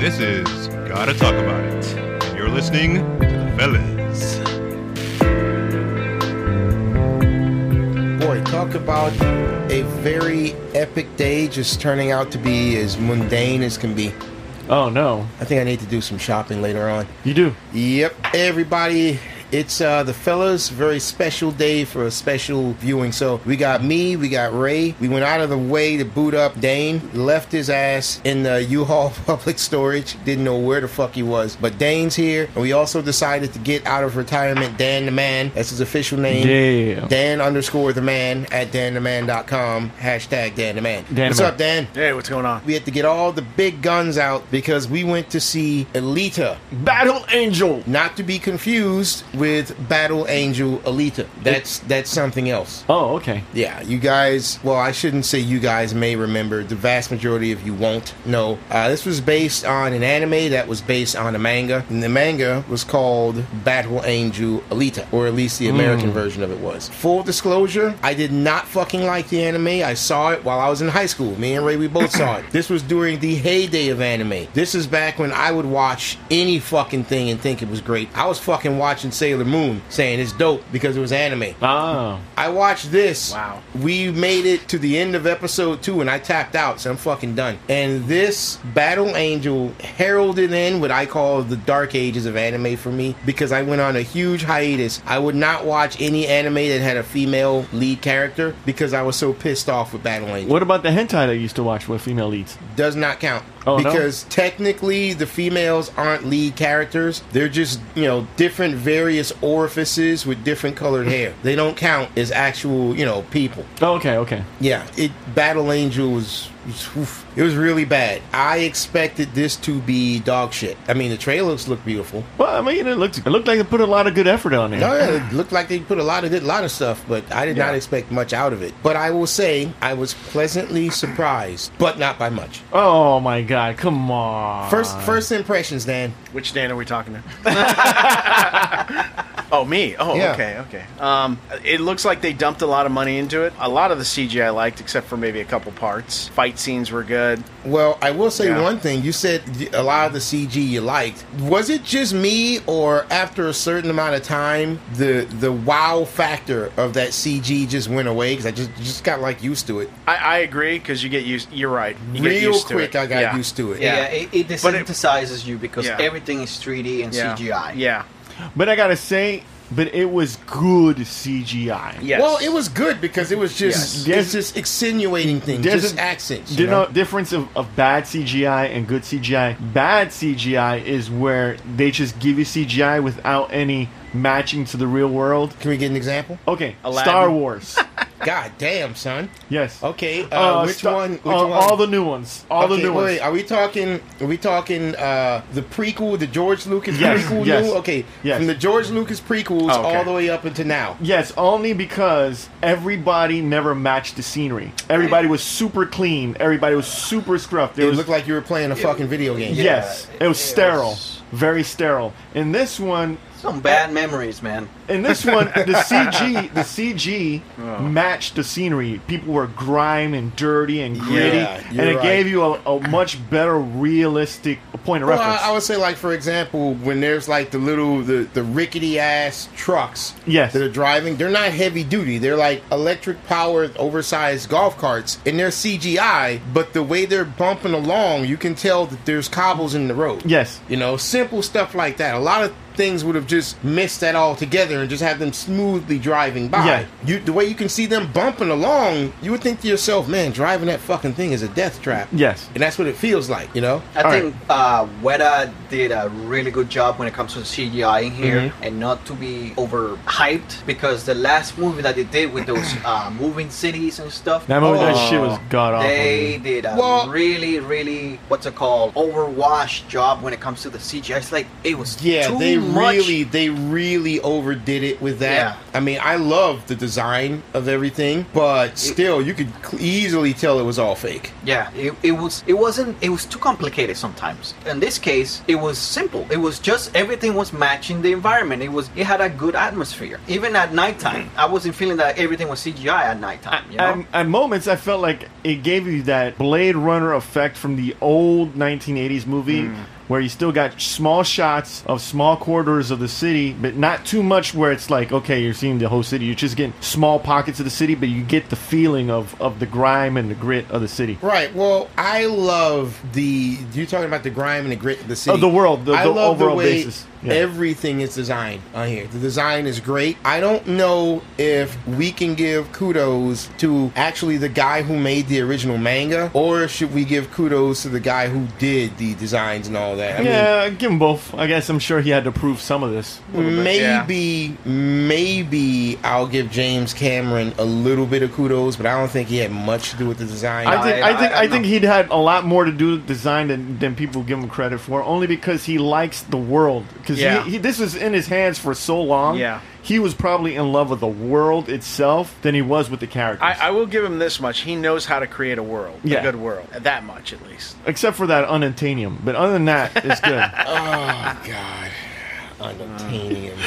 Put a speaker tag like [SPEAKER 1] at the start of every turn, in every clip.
[SPEAKER 1] This is Gotta Talk About It. And you're listening to the fellas.
[SPEAKER 2] Boy, talk about a very epic day just turning out to be as mundane as can be.
[SPEAKER 3] Oh no,
[SPEAKER 2] I think I need to do some shopping later on.
[SPEAKER 3] you do.
[SPEAKER 2] Yep, everybody. It's uh, the fellas. Very special day for a special viewing. So we got me, we got Ray. We went out of the way to boot up Dane. Left his ass in the U-Haul public storage. Didn't know where the fuck he was. But Dane's here, and we also decided to get out of retirement. Dan the Man. That's his official name.
[SPEAKER 3] Yeah.
[SPEAKER 2] Dan underscore the man at dantheman.com. Hashtag Dan the Man.
[SPEAKER 3] Dan the
[SPEAKER 2] What's
[SPEAKER 3] Man.
[SPEAKER 2] up, Dan?
[SPEAKER 4] Hey, what's going on?
[SPEAKER 2] We had to get all the big guns out because we went to see Alita.
[SPEAKER 4] Battle Angel.
[SPEAKER 2] Not to be confused with Battle Angel Alita. That's that's something else.
[SPEAKER 3] Oh okay.
[SPEAKER 2] Yeah, you guys. Well, I shouldn't say you guys may remember. The vast majority of you won't know. Uh, this was based on an anime that was based on a manga, and the manga was called Battle Angel Alita, or at least the American version of it was. Full disclosure: I did not fucking like the anime. I saw it while I was in high school. Me and Ray, we both saw it. This was during the heyday of anime. This is back when I would watch any fucking thing and think it was great. I was fucking watching Sailor Moon, saying it's dope because it was anime.
[SPEAKER 3] Oh,
[SPEAKER 2] I watched this.
[SPEAKER 4] Wow.
[SPEAKER 2] We made it to the end of episode two and I tapped out, so I'm fucking done. And this Battle Angel heralded in what I call the dark ages of anime for me because I went on a huge hiatus. I would not watch any anime that had a female lead character because I was so pissed off with Battle Angel
[SPEAKER 3] what about the hentai that I used to watch with female leads?
[SPEAKER 2] does not count
[SPEAKER 3] Oh, no?
[SPEAKER 2] because technically the females aren't lead characters they're just you know different various orifices with different colored hair they don't count as actual you know people
[SPEAKER 3] Oh, okay, okay.
[SPEAKER 2] yeah it battle angel was, was oof. it was really bad i expected this to be dog shit i mean the trailers look beautiful
[SPEAKER 3] Well, I mean, it looked it looked like they put a lot of good effort on there.
[SPEAKER 2] No, yeah, it looked like they put a lot of did a lot of stuff, but I did not
[SPEAKER 4] Yeah.
[SPEAKER 2] expect much out of it. But I will say I was pleasantly surprised, but not by much.
[SPEAKER 3] Oh my god, come on.
[SPEAKER 2] First first impressions, Dan.
[SPEAKER 4] Which Dan are we talking to? oh, me. Oh,
[SPEAKER 2] Yeah.
[SPEAKER 4] okay, okay. Um, it looks like they dumped a lot of money into it. A lot of the CG I liked, except for maybe a couple parts. Fight scenes were good.
[SPEAKER 2] Well, I will say
[SPEAKER 4] Yeah.
[SPEAKER 2] one thing. You said y- a lot of the CG you liked. Was it just me, or after a certain amount of time, the the wow factor of that CG just went away? Because I just just got like used to it
[SPEAKER 4] I, I agree because you get used. You're right. You get
[SPEAKER 2] real
[SPEAKER 4] used to
[SPEAKER 2] quick.
[SPEAKER 4] it.
[SPEAKER 2] I got
[SPEAKER 4] Yeah.
[SPEAKER 2] used to it.
[SPEAKER 5] Yeah,
[SPEAKER 4] Yeah.
[SPEAKER 5] it, it
[SPEAKER 4] But it-
[SPEAKER 5] desensitizes you because
[SPEAKER 4] Yeah.
[SPEAKER 5] everything is 3D and
[SPEAKER 4] Yeah.
[SPEAKER 5] CGI.
[SPEAKER 4] Yeah.
[SPEAKER 3] but I gotta say, but it was good CGI.
[SPEAKER 4] Yes.
[SPEAKER 2] Well, it was good because it was
[SPEAKER 4] Yes.
[SPEAKER 2] just
[SPEAKER 3] There's-
[SPEAKER 2] it's just extenuating things,
[SPEAKER 3] there's
[SPEAKER 2] just
[SPEAKER 3] a-
[SPEAKER 2] accents.
[SPEAKER 3] Do
[SPEAKER 2] You
[SPEAKER 3] you know
[SPEAKER 2] know?
[SPEAKER 3] the difference of, of bad CGI and good CGI? Bad CGI is where they just give you CGI without any matching to the real world.
[SPEAKER 2] Can we get an example?
[SPEAKER 3] Okay,
[SPEAKER 4] Aladdin.
[SPEAKER 3] Star Wars.
[SPEAKER 2] God damn, son.
[SPEAKER 3] yes.
[SPEAKER 2] Okay, uh,
[SPEAKER 3] Uh,
[SPEAKER 2] which
[SPEAKER 3] Star-
[SPEAKER 2] one? Which
[SPEAKER 3] uh,
[SPEAKER 2] one?
[SPEAKER 3] All the new ones. All
[SPEAKER 2] Okay,
[SPEAKER 3] the new
[SPEAKER 2] wait,
[SPEAKER 3] ones.
[SPEAKER 2] Are we talking? Are we talking uh, the prequel, the George Lucas
[SPEAKER 3] Yes,
[SPEAKER 2] prequel?
[SPEAKER 3] yes,
[SPEAKER 2] new? Okay,
[SPEAKER 3] yes.
[SPEAKER 2] from the George Lucas prequels
[SPEAKER 4] Oh, okay.
[SPEAKER 2] all the way up until now.
[SPEAKER 3] Yes, only because everybody never matched the scenery. Everybody was super clean. Everybody was super scruffed. There
[SPEAKER 2] It
[SPEAKER 3] was,
[SPEAKER 2] looked like you were playing a fucking video game.
[SPEAKER 5] Yeah.
[SPEAKER 3] yes, it was
[SPEAKER 5] it
[SPEAKER 3] sterile,
[SPEAKER 5] was-
[SPEAKER 3] very sterile. In this one,
[SPEAKER 5] Some bad memories, man.
[SPEAKER 3] in this one, the CG, the CG matched the scenery. People were grime and dirty and gritty,
[SPEAKER 2] Yeah,
[SPEAKER 3] and
[SPEAKER 2] you're
[SPEAKER 3] it
[SPEAKER 2] right.
[SPEAKER 3] gave you a, a much better realistic point of
[SPEAKER 2] Well,
[SPEAKER 3] reference.
[SPEAKER 2] I, I would say, like for example, when there's like the little the, the rickety ass trucks
[SPEAKER 3] Yes.
[SPEAKER 2] that are driving, they're not heavy duty. They're like electric powered, oversized golf carts, and they're CGI. But the way they're bumping along, you can tell that there's cobbles in the road.
[SPEAKER 3] yes,
[SPEAKER 2] You know, simple stuff like that. A lot of things would have just missed that all together and just have them smoothly driving by.
[SPEAKER 3] Yeah.
[SPEAKER 2] You the way you can see them bumping along, you would think to yourself, man, driving that fucking thing is a death trap.
[SPEAKER 3] yes.
[SPEAKER 2] And that's what it feels like, you know?
[SPEAKER 5] I
[SPEAKER 3] All
[SPEAKER 5] think uh, Weta did a really good job when it comes to CGI in here and not to be overhyped because the last movie that they did with those uh, moving cities and stuff.
[SPEAKER 3] That movie, that
[SPEAKER 5] oh,
[SPEAKER 3] shit was god awful.
[SPEAKER 5] They did a
[SPEAKER 2] Well-
[SPEAKER 5] really, really what's it called overwash job when it comes to the CGI. It's like it was
[SPEAKER 2] Yeah,
[SPEAKER 5] too
[SPEAKER 2] they
[SPEAKER 5] much.
[SPEAKER 2] really they really overdid it with that.
[SPEAKER 5] Yeah.
[SPEAKER 2] I mean, I love the design of everything, but still you could cl- easily tell it was all fake.
[SPEAKER 5] Yeah, it, it was it wasn't it was too complicated sometimes. In this case, it was simple. It was just everything was matching the environment. It was it had a good atmosphere. Even at nighttime,
[SPEAKER 2] Mm-hmm.
[SPEAKER 5] I wasn't feeling that everything was CGI at nighttime. You know?
[SPEAKER 3] At, at moments, I felt like it gave you that Blade Runner effect from the old 1980s movie where you still got small shots of small corridors of the city, but not too much where it's like, okay, you're seeing the whole city. You're just getting small pockets of the city, but you get the feeling of, of the grime and the grit of the city.
[SPEAKER 2] Right. Well, I love the you talking about the grime and the grit of the city
[SPEAKER 3] Of the world, the-
[SPEAKER 2] I
[SPEAKER 3] the
[SPEAKER 2] love
[SPEAKER 3] overall
[SPEAKER 2] the way
[SPEAKER 3] basis. Yeah.
[SPEAKER 2] everything is designed on here. The design is great. I don't know if we can give kudos to actually the guy who made the original manga, or should we give kudos to the guy who did the designs and all that? I mean,
[SPEAKER 3] yeah, give them both. I guess I'm sure he had to prove some of this.
[SPEAKER 2] Maybe, maybe I'll give James Cameron a little bit of kudos, but I don't think he had much to do with the design.
[SPEAKER 3] I think
[SPEAKER 5] I-
[SPEAKER 3] I think
[SPEAKER 5] I-
[SPEAKER 3] I,
[SPEAKER 5] I
[SPEAKER 3] think
[SPEAKER 5] know.
[SPEAKER 3] he'd had a lot more to do with design than, than people give him credit for, only because he likes the world. Because
[SPEAKER 4] Yeah.
[SPEAKER 3] he, he, this was in his hands for so long.
[SPEAKER 4] Yeah.
[SPEAKER 3] he was probably in love with the world itself than he was with the characters.
[SPEAKER 4] I, I will give him this much. He knows how to create a world,
[SPEAKER 3] Yeah.
[SPEAKER 4] a good world. That much, at least.
[SPEAKER 3] Except for that unobtainium, but other than that, it's good.
[SPEAKER 2] Oh God, unobtainium.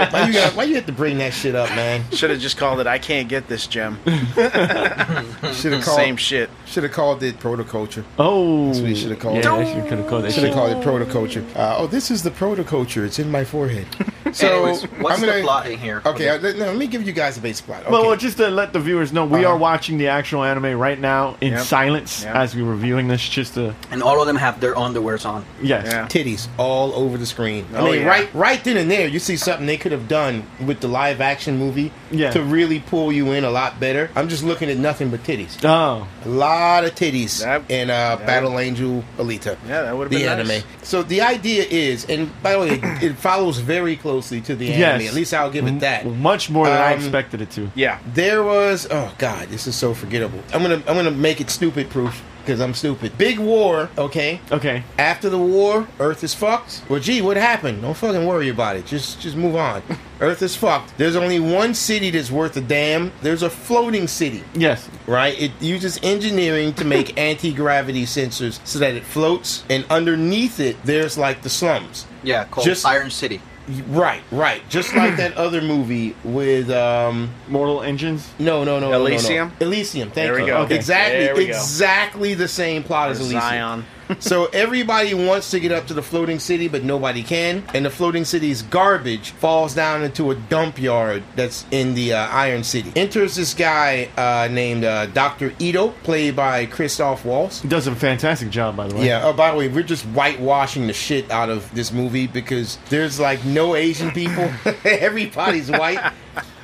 [SPEAKER 2] why, you got, why you have to bring that shit up, man?
[SPEAKER 4] Should have just called it. I can't get this gem.
[SPEAKER 2] Should have called.
[SPEAKER 4] Same shit.
[SPEAKER 2] Should have called it protoculture.
[SPEAKER 3] oh,
[SPEAKER 2] what you should've called
[SPEAKER 3] yeah,
[SPEAKER 2] it.
[SPEAKER 3] you could have called it.
[SPEAKER 2] Should have called it protoculture. Uh, oh, this is the protoculture. It's in my forehead. So
[SPEAKER 5] Anyways, what's
[SPEAKER 2] I'm gonna,
[SPEAKER 5] the plot in here?
[SPEAKER 2] Okay, uh, let, no, let me give you guys a basic plot. Okay.
[SPEAKER 3] Well, well, just to let the viewers know, we
[SPEAKER 2] Uh-huh.
[SPEAKER 3] are watching the actual anime right now in
[SPEAKER 4] Yep.
[SPEAKER 3] silence
[SPEAKER 4] Yep.
[SPEAKER 3] as we're reviewing this. Just to
[SPEAKER 5] and all of them have their underwears on.
[SPEAKER 3] yes,
[SPEAKER 4] Yeah.
[SPEAKER 2] titties all over the screen. I
[SPEAKER 4] Oh,
[SPEAKER 2] mean,
[SPEAKER 4] yeah.
[SPEAKER 2] right, right then and there, you see something they could have done with the live action movie
[SPEAKER 3] Yeah.
[SPEAKER 2] to really pull you in a lot better. I'm just looking at nothing but titties.
[SPEAKER 3] oh,
[SPEAKER 2] A lot of titties
[SPEAKER 4] That-
[SPEAKER 2] in uh,
[SPEAKER 4] that-
[SPEAKER 2] Battle Angel Alita.
[SPEAKER 4] Yeah, that would've
[SPEAKER 2] the
[SPEAKER 4] been
[SPEAKER 2] anime.
[SPEAKER 4] nice.
[SPEAKER 2] So the idea is, and by the way, it, it follows very closely to the
[SPEAKER 3] yes.
[SPEAKER 2] anime. At least I'll give it that.
[SPEAKER 4] Mm-hmm.
[SPEAKER 3] M- much more than I
[SPEAKER 2] Um,
[SPEAKER 3] expected it to.
[SPEAKER 4] Yeah.
[SPEAKER 2] There was oh god, this is so forgettable. I'm gonna I'm gonna make it stupid proof because I'm stupid. Big war, okay.
[SPEAKER 3] Okay,
[SPEAKER 2] After the war, Earth is fucked. Well, gee, what happened? Don't fucking worry about it. Just just move on. Earth is fucked. There's only one city that's worth a damn. There's a floating city
[SPEAKER 3] yes,
[SPEAKER 2] right? It uses engineering to make anti gravity sensors so that it floats, and underneath it, there's like the slums.
[SPEAKER 5] Yeah, called
[SPEAKER 2] Just-
[SPEAKER 5] Iron City.
[SPEAKER 2] Right, right. Just like that other movie with um
[SPEAKER 3] Mortal Engines.
[SPEAKER 2] no, no, no, no, no, no.
[SPEAKER 4] Elysium?
[SPEAKER 2] Elysium. Thank
[SPEAKER 4] There we
[SPEAKER 2] you.
[SPEAKER 4] go.
[SPEAKER 3] Okay.
[SPEAKER 2] Exactly,
[SPEAKER 4] There we go.
[SPEAKER 2] exactly the same plot as Elysium.
[SPEAKER 4] Zion.
[SPEAKER 2] so everybody wants to get up to the floating city, but nobody can. And the floating city's garbage falls down into a dump yard that's in the uh, Iron City. Enters this guy uh, named uh, Doctor Ito, played by Christoph Waltz.
[SPEAKER 3] Does a fantastic job, by the way.
[SPEAKER 2] Yeah. Oh, by the way, we're just whitewashing the shit out of this movie because there's like no Asian people. Everybody's white.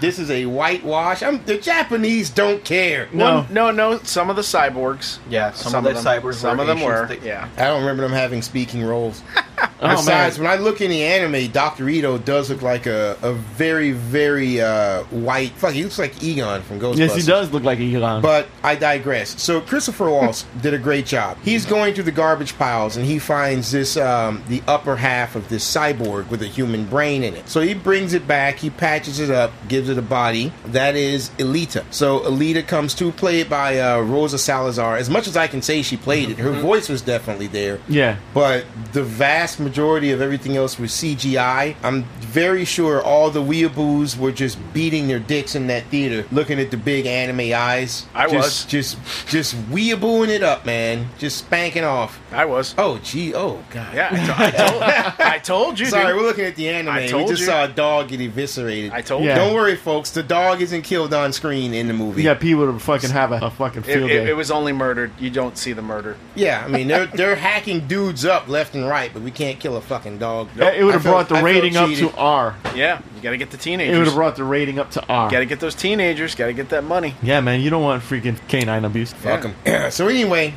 [SPEAKER 2] This is a whitewash. I'm, the Japanese don't care.
[SPEAKER 3] No.
[SPEAKER 4] One- no, no. Some of the cyborgs.
[SPEAKER 5] Yeah, some, of the
[SPEAKER 4] them-
[SPEAKER 5] cyborgs.
[SPEAKER 4] Some
[SPEAKER 5] were
[SPEAKER 4] of them
[SPEAKER 5] Asians.
[SPEAKER 4] were.
[SPEAKER 5] They-
[SPEAKER 4] yeah.
[SPEAKER 2] I don't remember them having speaking roles.
[SPEAKER 3] Oh,
[SPEAKER 2] Besides,
[SPEAKER 3] man.
[SPEAKER 2] when I look in the anime, Doctor Ito does look like a, a very, very uh, white. Fuck, he looks like Egon from Ghostbusters.
[SPEAKER 3] Yes, he does look like Elon.
[SPEAKER 2] But I digress. So Christopher Waltz did a great job. He's going through the garbage piles and he finds this um, the upper half of this cyborg with a human brain in it. So he brings it back, he patches it up, gives it a body. That is Elita. So Elita comes to, played by uh, Rosa Salazar. As much as I can say she played it, her voice was definitely there.
[SPEAKER 3] Mm-hmm. yeah,
[SPEAKER 2] But the vast majority of everything else was CGI. I'm very sure all the weeaboos were just beating their dicks in that theater, looking at the big anime eyes.
[SPEAKER 4] I was.
[SPEAKER 2] just, just, just weeabooing it up, man. Just spanking off.
[SPEAKER 4] I was.
[SPEAKER 2] Oh, gee, oh god.
[SPEAKER 4] Yeah. I, to- I told. I told you.
[SPEAKER 2] Sorry,
[SPEAKER 4] dude.
[SPEAKER 2] we're looking at the anime.
[SPEAKER 4] I told
[SPEAKER 2] we just
[SPEAKER 4] you.
[SPEAKER 2] saw a dog get eviscerated.
[SPEAKER 4] I told
[SPEAKER 3] Yeah.
[SPEAKER 4] you.
[SPEAKER 2] Don't worry, folks. The dog isn't killed on screen in the movie.
[SPEAKER 3] yeah, people would fucking have a, a fucking
[SPEAKER 4] It,
[SPEAKER 3] field
[SPEAKER 4] it-
[SPEAKER 3] day.
[SPEAKER 4] it was only murdered. You don't see the murder.
[SPEAKER 2] Yeah, I mean they're they're hacking dudes up left and right, but we can't kill a fucking dog.
[SPEAKER 3] Yeah, it would
[SPEAKER 2] I
[SPEAKER 3] have
[SPEAKER 2] felt-
[SPEAKER 3] brought the
[SPEAKER 2] I felt
[SPEAKER 3] rating up to
[SPEAKER 2] cheated.
[SPEAKER 3] R.
[SPEAKER 4] Yeah. You got to get the
[SPEAKER 3] It would
[SPEAKER 4] teenagers.
[SPEAKER 3] have brought the rating up to R.
[SPEAKER 4] Got to get those teenagers. Got to get that money.
[SPEAKER 3] Yeah, man, you don't want freaking canine abuse.
[SPEAKER 2] Fuck 'em. so anyway,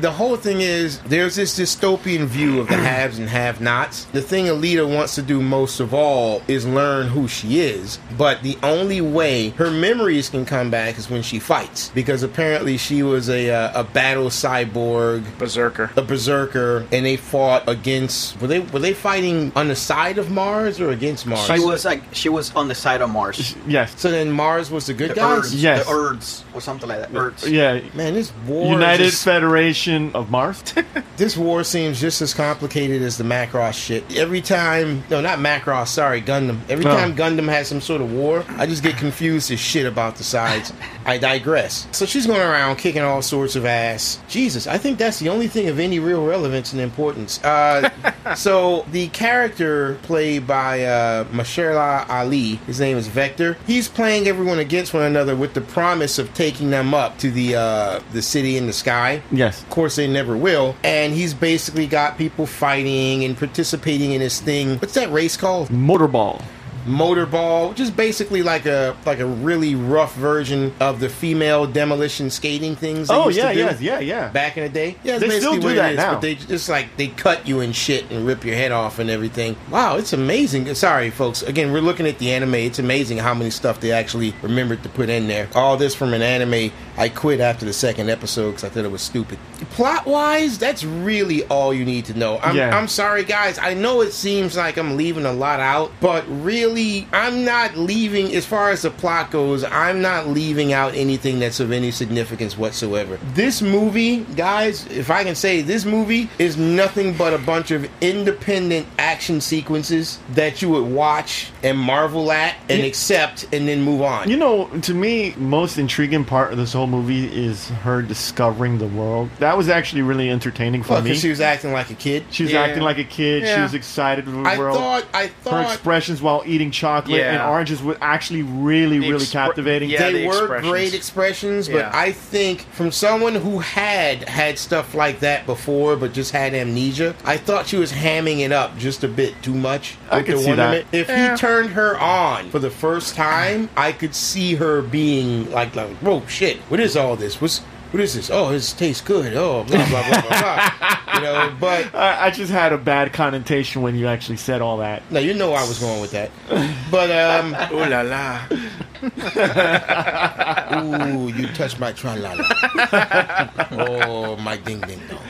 [SPEAKER 2] the whole thing is there's this dystopian view of the haves and have-nots. The thing Alita wants to do most of all is learn who she is, but the only way her memories can come back is when she fights, because apparently she was a uh, a battle cyborg.
[SPEAKER 4] Berserker.
[SPEAKER 2] A berserker, and they fought against. Were they were they fighting on the side of Mars or against Mars?
[SPEAKER 5] She was like she was on the side of Mars.
[SPEAKER 3] Yes.
[SPEAKER 2] so then Mars was the good
[SPEAKER 5] The
[SPEAKER 2] guys.
[SPEAKER 5] Urds,
[SPEAKER 3] Yes.
[SPEAKER 5] the Urds, or something like that. Urds.
[SPEAKER 3] Yeah.
[SPEAKER 2] Man, this war.
[SPEAKER 3] United
[SPEAKER 2] just-
[SPEAKER 3] Federation mission of Mars.
[SPEAKER 2] This war seems just as complicated as the Macross shit. Every time, no, not Macross, sorry, Gundam. Every
[SPEAKER 3] Oh.
[SPEAKER 2] time Gundam has some sort of war, I just get confused as shit about the sides. I digress. So she's going around kicking all sorts of ass. Jesus, I think that's the only thing of any real relevance and importance. Uh, so the character played by uh, Mashallah Ali, his name is Vector. He's playing everyone against one another with the promise of taking them up to the uh, the city in the sky.
[SPEAKER 3] yes.
[SPEAKER 2] Of course, they never will. And he's basically got people fighting and participating in his thing. What's that race called?
[SPEAKER 3] Motorball.
[SPEAKER 2] Motorball, which is basically like a like a really rough version of the female demolition skating things. They
[SPEAKER 3] Oh
[SPEAKER 2] used to
[SPEAKER 3] yeah,
[SPEAKER 2] do
[SPEAKER 3] yeah, yeah, yeah.
[SPEAKER 2] back in the day. Yeah,
[SPEAKER 3] They still do
[SPEAKER 2] what it
[SPEAKER 3] that
[SPEAKER 2] is,
[SPEAKER 3] now.
[SPEAKER 2] But they just like they cut you and shit and rip your head off and everything. Wow, it's amazing. Sorry, folks. Again, we're looking at the anime. It's amazing how many stuff they actually remembered to put in there. All this from an anime. I quit after the second episode because I thought it was stupid. Plot wise, that's really all you need to know. I'm,
[SPEAKER 3] Yeah.
[SPEAKER 2] I'm sorry, guys. I know it seems like I'm leaving a lot out, but really, I'm not leaving. As far as the plot goes, I'm not leaving out anything that's of any significance whatsoever. This movie, guys, if I can say, this movie is nothing but a bunch of independent action sequences that you would watch and marvel at and
[SPEAKER 3] Yeah.
[SPEAKER 2] accept and then move on.
[SPEAKER 3] You know, to me, most intriguing part of this whole movie is her discovering the world. That was actually really entertaining for
[SPEAKER 2] Well, 'cause
[SPEAKER 3] me.
[SPEAKER 2] she was acting like a kid.
[SPEAKER 3] She was
[SPEAKER 4] Yeah.
[SPEAKER 3] acting like a kid. She
[SPEAKER 4] Yeah.
[SPEAKER 3] was excited with the
[SPEAKER 2] I
[SPEAKER 3] world.
[SPEAKER 2] thought, I
[SPEAKER 3] her
[SPEAKER 2] thought
[SPEAKER 3] expressions while eating chocolate and
[SPEAKER 4] Yeah.
[SPEAKER 3] oranges were actually really,
[SPEAKER 4] The
[SPEAKER 3] really
[SPEAKER 4] expre-
[SPEAKER 3] captivating.
[SPEAKER 4] yeah.
[SPEAKER 2] they
[SPEAKER 4] the
[SPEAKER 2] were
[SPEAKER 4] expressions.
[SPEAKER 2] great expressions, but
[SPEAKER 4] Yeah.
[SPEAKER 2] I think from someone who had had stuff like that before, but just had amnesia, I thought she was hamming it up just a bit too much.
[SPEAKER 3] I
[SPEAKER 2] with
[SPEAKER 3] could
[SPEAKER 2] the
[SPEAKER 3] see that.
[SPEAKER 2] wonderment. If
[SPEAKER 4] Yeah.
[SPEAKER 2] he turned her on for the first time, I could see her being like, like, whoa, shit, what is all this? What's what is this? Oh, this tastes good. Oh, blah blah blah blah blah. You know, but
[SPEAKER 3] I, I just had a bad connotation when you actually said all that.
[SPEAKER 2] no, you know where I was going with that. But um,
[SPEAKER 4] Ooh la la.
[SPEAKER 2] Ooh, you touched my tralala. oh, my ding ding dong.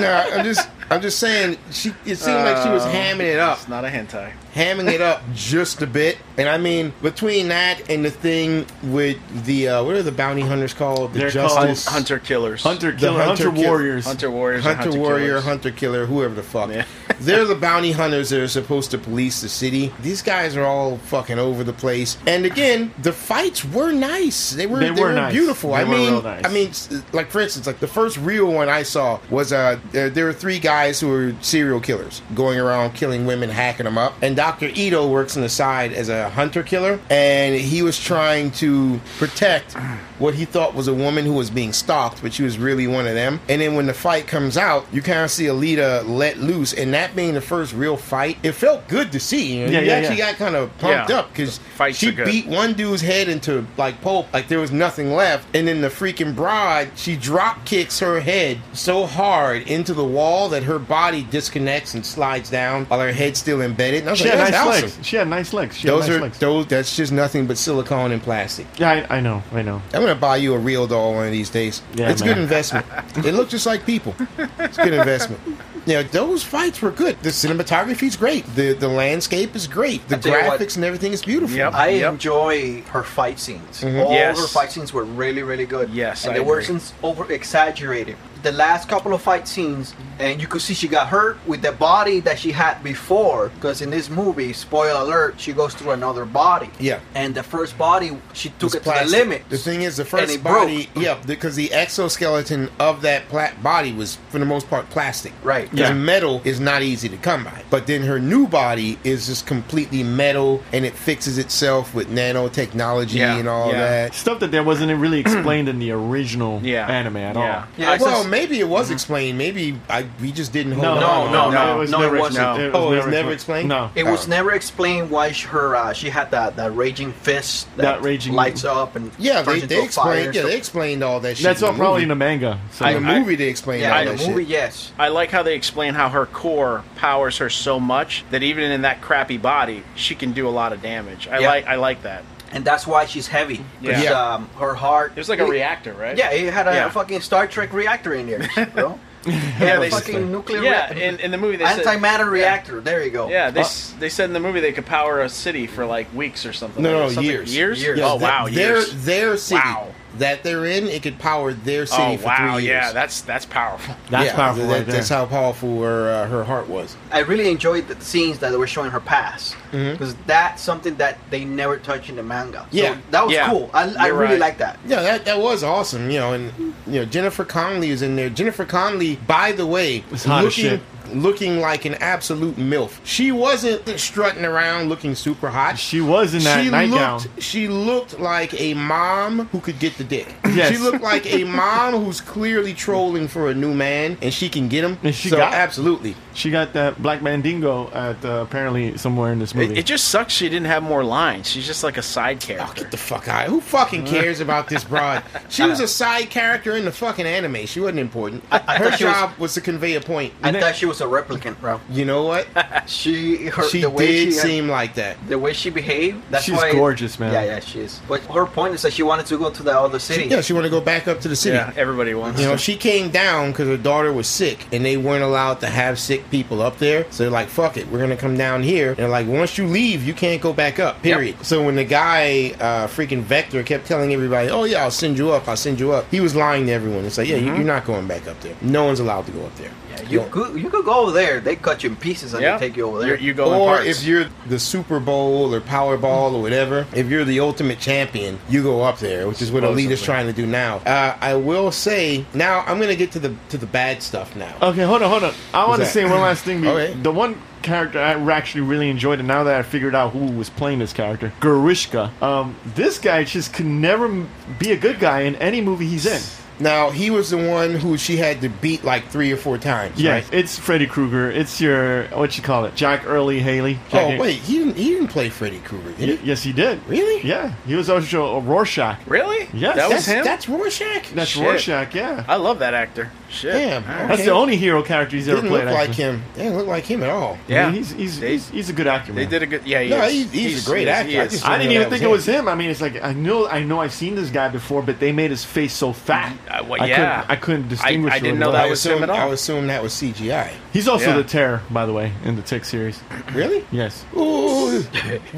[SPEAKER 2] No, I'm just, I'm just saying. She, it seemed like she was hamming it up,
[SPEAKER 4] Uh, It's not a hentai.
[SPEAKER 2] hamming it up just a bit. And I mean, between that and the thing with the uh, what are the bounty hunters called? The
[SPEAKER 3] They're called
[SPEAKER 4] Hunter killers.
[SPEAKER 3] Hunter
[SPEAKER 2] The
[SPEAKER 3] killer,
[SPEAKER 2] hunter
[SPEAKER 3] hunter,
[SPEAKER 2] kill-
[SPEAKER 3] warriors.
[SPEAKER 4] Hunter warriors. and
[SPEAKER 2] Hunter, warrior,
[SPEAKER 4] killers.
[SPEAKER 2] hunter killer, whoever the fuck.
[SPEAKER 4] Yeah.
[SPEAKER 2] They're the bounty hunters that are supposed to police the city. These guys are all fucking over the place. And again, the fights were nice. They were they,
[SPEAKER 3] They
[SPEAKER 2] were,
[SPEAKER 3] were nice.
[SPEAKER 2] beautiful.
[SPEAKER 3] They
[SPEAKER 2] I
[SPEAKER 3] were
[SPEAKER 2] mean,
[SPEAKER 3] real nice.
[SPEAKER 2] I mean, s- like for instance, like the first real one I saw was uh there, there were three guys who were serial killers going around killing women, hacking them up. And Doctor Ito works on the side as a hunter killer, and he was trying to protect what he thought was a woman who was being stalked, but she was really one of them. And then when the fight comes out, you kind of see Alita let loose, and that being the first real fight, it felt good to see. You, know?
[SPEAKER 3] Yeah,
[SPEAKER 2] You
[SPEAKER 3] yeah,
[SPEAKER 2] actually
[SPEAKER 3] yeah.
[SPEAKER 2] got kind of pumped
[SPEAKER 4] Yeah.
[SPEAKER 2] up because
[SPEAKER 4] Fights
[SPEAKER 2] she
[SPEAKER 4] are good.
[SPEAKER 2] beat one dude's head into like pulp, like there was nothing left. And then the freaking broad, she drop kicks her head so hard into the wall that her body disconnects and slides down while her head's still embedded. And I was
[SPEAKER 3] She
[SPEAKER 2] like, that's
[SPEAKER 3] had nice
[SPEAKER 2] awesome.
[SPEAKER 3] legs. She had nice legs. She
[SPEAKER 2] Those
[SPEAKER 3] had nice
[SPEAKER 2] are
[SPEAKER 3] legs.
[SPEAKER 2] those. That's just nothing but silicone and plastic.
[SPEAKER 3] yeah, I, I know. I know.
[SPEAKER 2] I'm gonna buy you a real doll one of these days.
[SPEAKER 3] Yeah,
[SPEAKER 2] it's a
[SPEAKER 3] man.
[SPEAKER 2] good investment. they look just like people. It's a good investment. Yeah, those fights were good. The cinematography's great. The the landscape is great. The
[SPEAKER 5] I tell you
[SPEAKER 2] graphics
[SPEAKER 5] what-
[SPEAKER 2] and everything is beautiful.
[SPEAKER 4] Yep.
[SPEAKER 5] I enjoy her fight scenes.
[SPEAKER 2] Mm-hmm.
[SPEAKER 5] All
[SPEAKER 4] Yes.
[SPEAKER 5] her fight scenes were really, really good.
[SPEAKER 4] Yes,
[SPEAKER 5] and
[SPEAKER 4] I
[SPEAKER 5] they were
[SPEAKER 4] agree.
[SPEAKER 5] since over exaggerated. The last couple of fight scenes, and you could see she got hurt with the body that she had before. Because in this movie, spoiler alert, she goes through another body.
[SPEAKER 2] Yeah.
[SPEAKER 5] and the first body she took
[SPEAKER 2] It's
[SPEAKER 5] it to
[SPEAKER 2] plastic.
[SPEAKER 5] the limit.
[SPEAKER 2] The thing is, the
[SPEAKER 5] and
[SPEAKER 2] first
[SPEAKER 5] it broke.
[SPEAKER 2] body, yeah, because the exoskeleton of that pla- body was, for the most part, plastic.
[SPEAKER 5] Right.
[SPEAKER 2] Because
[SPEAKER 3] Yeah.
[SPEAKER 2] metal is not easy to come by. But then her new body is just completely metal, and it fixes itself with nanotechnology
[SPEAKER 4] Yeah.
[SPEAKER 2] and all
[SPEAKER 4] Yeah.
[SPEAKER 2] that.
[SPEAKER 3] Stuff that there wasn't really explained in the original
[SPEAKER 4] Yeah.
[SPEAKER 3] anime at
[SPEAKER 4] Yeah.
[SPEAKER 3] all.
[SPEAKER 5] Yeah, it's
[SPEAKER 2] well,
[SPEAKER 5] just-
[SPEAKER 2] maybe it was explained. Maybe I, we just didn't hold
[SPEAKER 3] Mm-hmm. No,
[SPEAKER 2] on.
[SPEAKER 5] no, no, no,
[SPEAKER 3] it was
[SPEAKER 5] no, it
[SPEAKER 3] never
[SPEAKER 5] wasn't.
[SPEAKER 3] explained.
[SPEAKER 2] Oh, it was never explained?
[SPEAKER 3] No.
[SPEAKER 5] It was
[SPEAKER 2] Oh.
[SPEAKER 5] never explained why sh- her uh, she had that, that raging fist that,
[SPEAKER 3] That raging-
[SPEAKER 5] lights up and
[SPEAKER 2] Yeah,
[SPEAKER 5] turns
[SPEAKER 2] they,
[SPEAKER 5] into
[SPEAKER 2] they
[SPEAKER 5] a fire
[SPEAKER 2] explained.
[SPEAKER 5] and
[SPEAKER 2] Yeah,
[SPEAKER 5] stuff.
[SPEAKER 2] they explained all that shit.
[SPEAKER 3] That's all
[SPEAKER 2] the
[SPEAKER 3] probably in
[SPEAKER 2] movie.
[SPEAKER 3] the manga. So
[SPEAKER 2] in the
[SPEAKER 4] I-
[SPEAKER 2] movie. They explained
[SPEAKER 5] yeah,
[SPEAKER 2] all
[SPEAKER 5] in the
[SPEAKER 2] that
[SPEAKER 5] movie,
[SPEAKER 2] shit.
[SPEAKER 5] yes.
[SPEAKER 4] I like how they explain how her core powers her so much that even in that crappy body, she can do a lot of damage. I
[SPEAKER 5] Yeah.
[SPEAKER 4] like I like that.
[SPEAKER 5] and that's why she's heavy.
[SPEAKER 4] Yeah.
[SPEAKER 5] Yeah. Um, her heart.
[SPEAKER 4] It was like a reactor, right?
[SPEAKER 5] Yeah, it had a
[SPEAKER 4] Yeah.
[SPEAKER 5] fucking Star Trek reactor in there, bro. yeah,
[SPEAKER 4] they-
[SPEAKER 5] fucking nuclear
[SPEAKER 4] Yeah,
[SPEAKER 5] reactor.
[SPEAKER 4] in, in the movie they said
[SPEAKER 5] antimatter reactor. There you go.
[SPEAKER 4] Yeah, they, s they said in the movie they could power a city for like weeks or something.
[SPEAKER 2] No,
[SPEAKER 4] like
[SPEAKER 2] no,
[SPEAKER 4] that. Something-
[SPEAKER 2] years.
[SPEAKER 4] Years?
[SPEAKER 5] Years.
[SPEAKER 2] Yes,
[SPEAKER 4] Oh,
[SPEAKER 2] their-
[SPEAKER 4] wow,
[SPEAKER 2] Their
[SPEAKER 4] years.
[SPEAKER 2] their city,
[SPEAKER 4] Wow.
[SPEAKER 2] that they're in, it could power their city
[SPEAKER 4] Oh
[SPEAKER 2] for
[SPEAKER 4] wow,
[SPEAKER 2] three years.
[SPEAKER 4] yeah, that's that's powerful.
[SPEAKER 3] That's
[SPEAKER 2] Yeah,
[SPEAKER 3] powerful
[SPEAKER 2] that-
[SPEAKER 3] right there.
[SPEAKER 2] That's how powerful her uh, her heart was.
[SPEAKER 5] I really enjoyed the scenes that were showing her past because that's something that they never touch in the manga. So
[SPEAKER 2] Yeah.
[SPEAKER 5] that was
[SPEAKER 4] Yeah.
[SPEAKER 5] cool. I, I
[SPEAKER 4] You're
[SPEAKER 5] really
[SPEAKER 4] right.
[SPEAKER 5] like that.
[SPEAKER 2] Yeah, that, that was awesome, you know, and you know Jennifer Connelly is in there. Jennifer Connelly, by the way,
[SPEAKER 3] It's hot as shit.
[SPEAKER 2] looking like an absolute milf. She wasn't strutting around looking super hot.
[SPEAKER 3] she was in that
[SPEAKER 2] she
[SPEAKER 3] nightgown.
[SPEAKER 2] looked she looked like a mom who could get the dick.
[SPEAKER 3] Yes.
[SPEAKER 2] She looked like a mom who's clearly trolling for a new man and she can get him.
[SPEAKER 3] And she
[SPEAKER 2] so
[SPEAKER 3] got-
[SPEAKER 2] absolutely.
[SPEAKER 3] She got that black mandingo at uh, apparently somewhere in this movie.
[SPEAKER 4] It, it just sucks she didn't have more lines. She's just like a side
[SPEAKER 2] Oh,
[SPEAKER 4] character.
[SPEAKER 2] get the fuck out. Who fucking cares about this broad? She was a side character in the fucking anime. She wasn't important.
[SPEAKER 5] I
[SPEAKER 2] Her
[SPEAKER 5] thought she was-
[SPEAKER 2] job was to convey a point.
[SPEAKER 5] I
[SPEAKER 3] And it-
[SPEAKER 5] thought she was a replicant, bro.
[SPEAKER 2] You know what?
[SPEAKER 5] She her
[SPEAKER 2] She
[SPEAKER 5] the way
[SPEAKER 2] did
[SPEAKER 5] she had-
[SPEAKER 2] seem like that.
[SPEAKER 5] the way she behaved. That's
[SPEAKER 3] She's
[SPEAKER 5] why
[SPEAKER 3] gorgeous, man.
[SPEAKER 5] Yeah, yeah, she is. But her point is that she wanted to go to the other city.
[SPEAKER 2] Yeah, she wanted to go back up to the city.
[SPEAKER 4] yeah, everybody wants.
[SPEAKER 2] You know,
[SPEAKER 4] to-
[SPEAKER 2] she came down because her daughter was sick, and they weren't allowed to have sick people up there. So they're like, "Fuck it, we're gonna come down here." And they're like, "Once you leave, you can't go back up." Period. So when the guy, uh, freaking Vector, kept telling everybody, "Oh yeah, I'll send you up. I'll send you up," he was lying to everyone. It's like, "Yeah, you, you're not going back up there. No one's allowed to go up there."
[SPEAKER 5] Yeah, you could you could go over there. They cut you in pieces and
[SPEAKER 4] yeah,
[SPEAKER 5] they take you over
[SPEAKER 4] You're-
[SPEAKER 5] there.
[SPEAKER 4] You go. in
[SPEAKER 2] or
[SPEAKER 4] parts.
[SPEAKER 2] if you're the Super Bowl or Powerball or whatever, if you're the ultimate champion, you go up there, which is what Elite is
[SPEAKER 4] Supposedly.
[SPEAKER 2] trying to do now. Uh, I will say now I'm gonna get to the to the bad stuff now.
[SPEAKER 3] Okay, hold on, hold on. I want to
[SPEAKER 2] that?
[SPEAKER 3] say one last thing.
[SPEAKER 2] Okay.
[SPEAKER 3] The one character I actually really enjoyed, and now that I figured out who was playing this character, Garishka. Um, this guy just could never m- be a good guy in any movie he's in.
[SPEAKER 2] Now he was the one who she had to beat like three or four times.
[SPEAKER 3] Yeah,
[SPEAKER 2] Right?
[SPEAKER 3] it's Freddy Krueger. It's your what you call it, Jack Early Haley. Jack
[SPEAKER 2] oh wait, he didn't. He didn't play Freddy Krueger. Did
[SPEAKER 3] Y-
[SPEAKER 2] he?
[SPEAKER 3] yes, he did.
[SPEAKER 2] Really?
[SPEAKER 3] Yeah, he was also a Rorschach.
[SPEAKER 4] really,
[SPEAKER 3] Yes.
[SPEAKER 4] that
[SPEAKER 2] That's
[SPEAKER 4] was him.
[SPEAKER 2] That's Rorschach.
[SPEAKER 3] That's
[SPEAKER 4] Shit.
[SPEAKER 3] Rorschach. Yeah,
[SPEAKER 4] I love that actor. Shit.
[SPEAKER 2] Damn.
[SPEAKER 4] All right.
[SPEAKER 3] that's the only hero character he's ever
[SPEAKER 2] didn't look
[SPEAKER 3] played.
[SPEAKER 2] like
[SPEAKER 3] actually.
[SPEAKER 2] him. Didn't look like him at all.
[SPEAKER 3] Yeah,
[SPEAKER 4] Yeah.
[SPEAKER 3] he's, he's,
[SPEAKER 4] They-
[SPEAKER 3] he's he's a good actor.
[SPEAKER 4] They
[SPEAKER 3] man.
[SPEAKER 4] did a good. Yeah, he
[SPEAKER 2] No,
[SPEAKER 4] is.
[SPEAKER 2] he's- he's a great
[SPEAKER 4] he is,
[SPEAKER 2] actor.
[SPEAKER 4] he
[SPEAKER 2] I
[SPEAKER 4] is.
[SPEAKER 2] just-
[SPEAKER 3] I didn't
[SPEAKER 2] Yeah,
[SPEAKER 3] even
[SPEAKER 2] that
[SPEAKER 3] think it was
[SPEAKER 2] was
[SPEAKER 3] him. I mean, it's like I know I know I've seen this guy before, but they made his face so fat.
[SPEAKER 4] Uh, well,
[SPEAKER 3] I
[SPEAKER 4] yeah.
[SPEAKER 3] couldn't, I couldn't distinguish.
[SPEAKER 4] I
[SPEAKER 3] who
[SPEAKER 4] didn't
[SPEAKER 3] it
[SPEAKER 4] know
[SPEAKER 3] was.
[SPEAKER 4] that
[SPEAKER 2] I
[SPEAKER 4] was him
[SPEAKER 2] assume-
[SPEAKER 4] at all.
[SPEAKER 2] I assume that was CGI.
[SPEAKER 3] He's also
[SPEAKER 4] Yeah.
[SPEAKER 3] the terror, by the way, in the Tick series.
[SPEAKER 2] Really?
[SPEAKER 3] Yes.
[SPEAKER 2] Oh,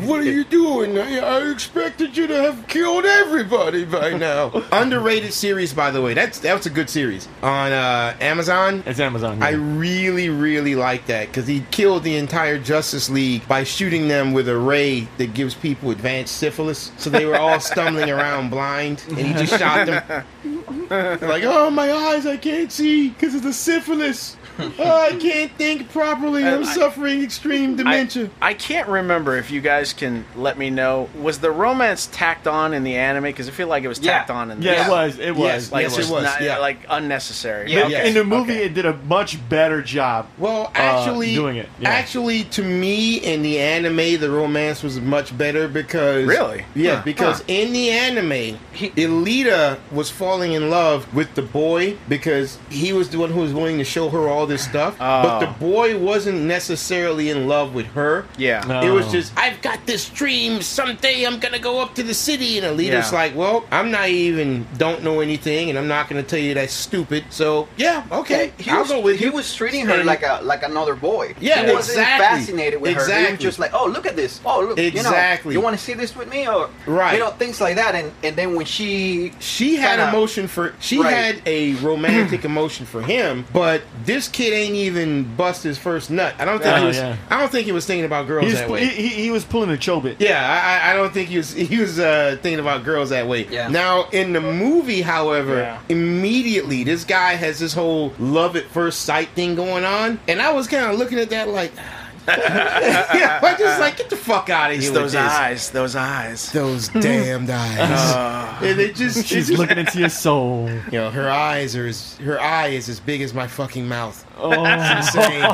[SPEAKER 2] what are you doing? I, I expected you to have killed everybody by now. Underrated series, by the way. That's that was a good series on uh, Amazon.
[SPEAKER 3] It's Amazon.
[SPEAKER 2] I
[SPEAKER 3] yeah.
[SPEAKER 2] really, really like that because he killed the entire Justice League by shooting them with a ray that gives people advanced syphilis. So they were all stumbling around blind, and he just shot them. They're like, oh my eyes, I can't see because of the syphilis. Oh, I can't think properly. I'm
[SPEAKER 4] Uh, I-
[SPEAKER 2] suffering extreme dementia.
[SPEAKER 4] I, I can't remember if you guys can let me know. Was the romance tacked on in the anime? Because I feel like it was
[SPEAKER 5] Yeah.
[SPEAKER 4] tacked on in the
[SPEAKER 3] yeah,
[SPEAKER 4] anime.
[SPEAKER 3] it was. It was.
[SPEAKER 2] Yes,
[SPEAKER 4] Like
[SPEAKER 2] yes,
[SPEAKER 4] just
[SPEAKER 2] it was.
[SPEAKER 4] not-
[SPEAKER 2] yeah.
[SPEAKER 4] like unnecessary.
[SPEAKER 5] Yeah.
[SPEAKER 3] But
[SPEAKER 2] yes.
[SPEAKER 3] In the movie,
[SPEAKER 4] Okay.
[SPEAKER 3] it did a much better job.
[SPEAKER 2] Well, actually,
[SPEAKER 3] Uh, doing it, yeah.
[SPEAKER 2] actually, to me, in the anime, the romance was much better because
[SPEAKER 4] Really?
[SPEAKER 2] yeah,
[SPEAKER 4] Huh.
[SPEAKER 2] because
[SPEAKER 4] Huh.
[SPEAKER 2] in the anime,
[SPEAKER 5] He-
[SPEAKER 2] Elita was falling in love with the boy because he was the one who was willing to show her all this stuff, but
[SPEAKER 4] Oh.
[SPEAKER 2] the boy wasn't necessarily in love with her.
[SPEAKER 4] Yeah.
[SPEAKER 3] No.
[SPEAKER 2] It was
[SPEAKER 3] Oh.
[SPEAKER 2] just, I've got this dream. Someday I'm gonna go up to the city, and Alita's
[SPEAKER 4] Yeah.
[SPEAKER 2] like, "Well, I'm naive and don't know anything, and I'm not gonna tell you that's stupid." So yeah, okay,
[SPEAKER 5] he
[SPEAKER 2] I'll
[SPEAKER 5] was,
[SPEAKER 2] go with
[SPEAKER 5] he
[SPEAKER 2] you.
[SPEAKER 5] was treating her
[SPEAKER 2] And-
[SPEAKER 5] like a like another boy.
[SPEAKER 2] Yeah,
[SPEAKER 5] he wasn't
[SPEAKER 2] exactly.
[SPEAKER 5] fascinated with her. He
[SPEAKER 2] Exactly.
[SPEAKER 5] was just like, oh, look at this. Oh, look,
[SPEAKER 2] Exactly.
[SPEAKER 5] You, know, you want to see this with me, or
[SPEAKER 2] Right.
[SPEAKER 5] You know, things like that. And and then when she
[SPEAKER 2] She had
[SPEAKER 5] Kinda-
[SPEAKER 2] emotion for she
[SPEAKER 5] Right.
[SPEAKER 2] had a romantic emotion for him, but this kid ain't even bust his first nut. I don't think he
[SPEAKER 3] Oh,
[SPEAKER 2] was.
[SPEAKER 3] yeah.
[SPEAKER 2] I don't think he was thinking about girls
[SPEAKER 3] He was,
[SPEAKER 2] that
[SPEAKER 3] pu-
[SPEAKER 2] way.
[SPEAKER 3] he, he, he was pulling a chobit.
[SPEAKER 2] yeah, I, I- I don't think he was. He was uh, thinking about girls that way.
[SPEAKER 5] Yeah.
[SPEAKER 2] Now in the movie, however,
[SPEAKER 4] Yeah.
[SPEAKER 2] immediately this guy has this whole love at first sight thing going on, and I was kind of looking at that like, yeah, I just like get the fuck out of here
[SPEAKER 4] It's
[SPEAKER 2] with
[SPEAKER 4] those
[SPEAKER 2] this.
[SPEAKER 4] eyes. Those eyes.
[SPEAKER 2] Those damned eyes.
[SPEAKER 4] Uh,
[SPEAKER 2] and it just it
[SPEAKER 3] She's
[SPEAKER 2] just-
[SPEAKER 3] looking into your soul.
[SPEAKER 2] You know, her eyes are as, her eye is as big as my fucking mouth.
[SPEAKER 3] Oh.
[SPEAKER 2] Insane.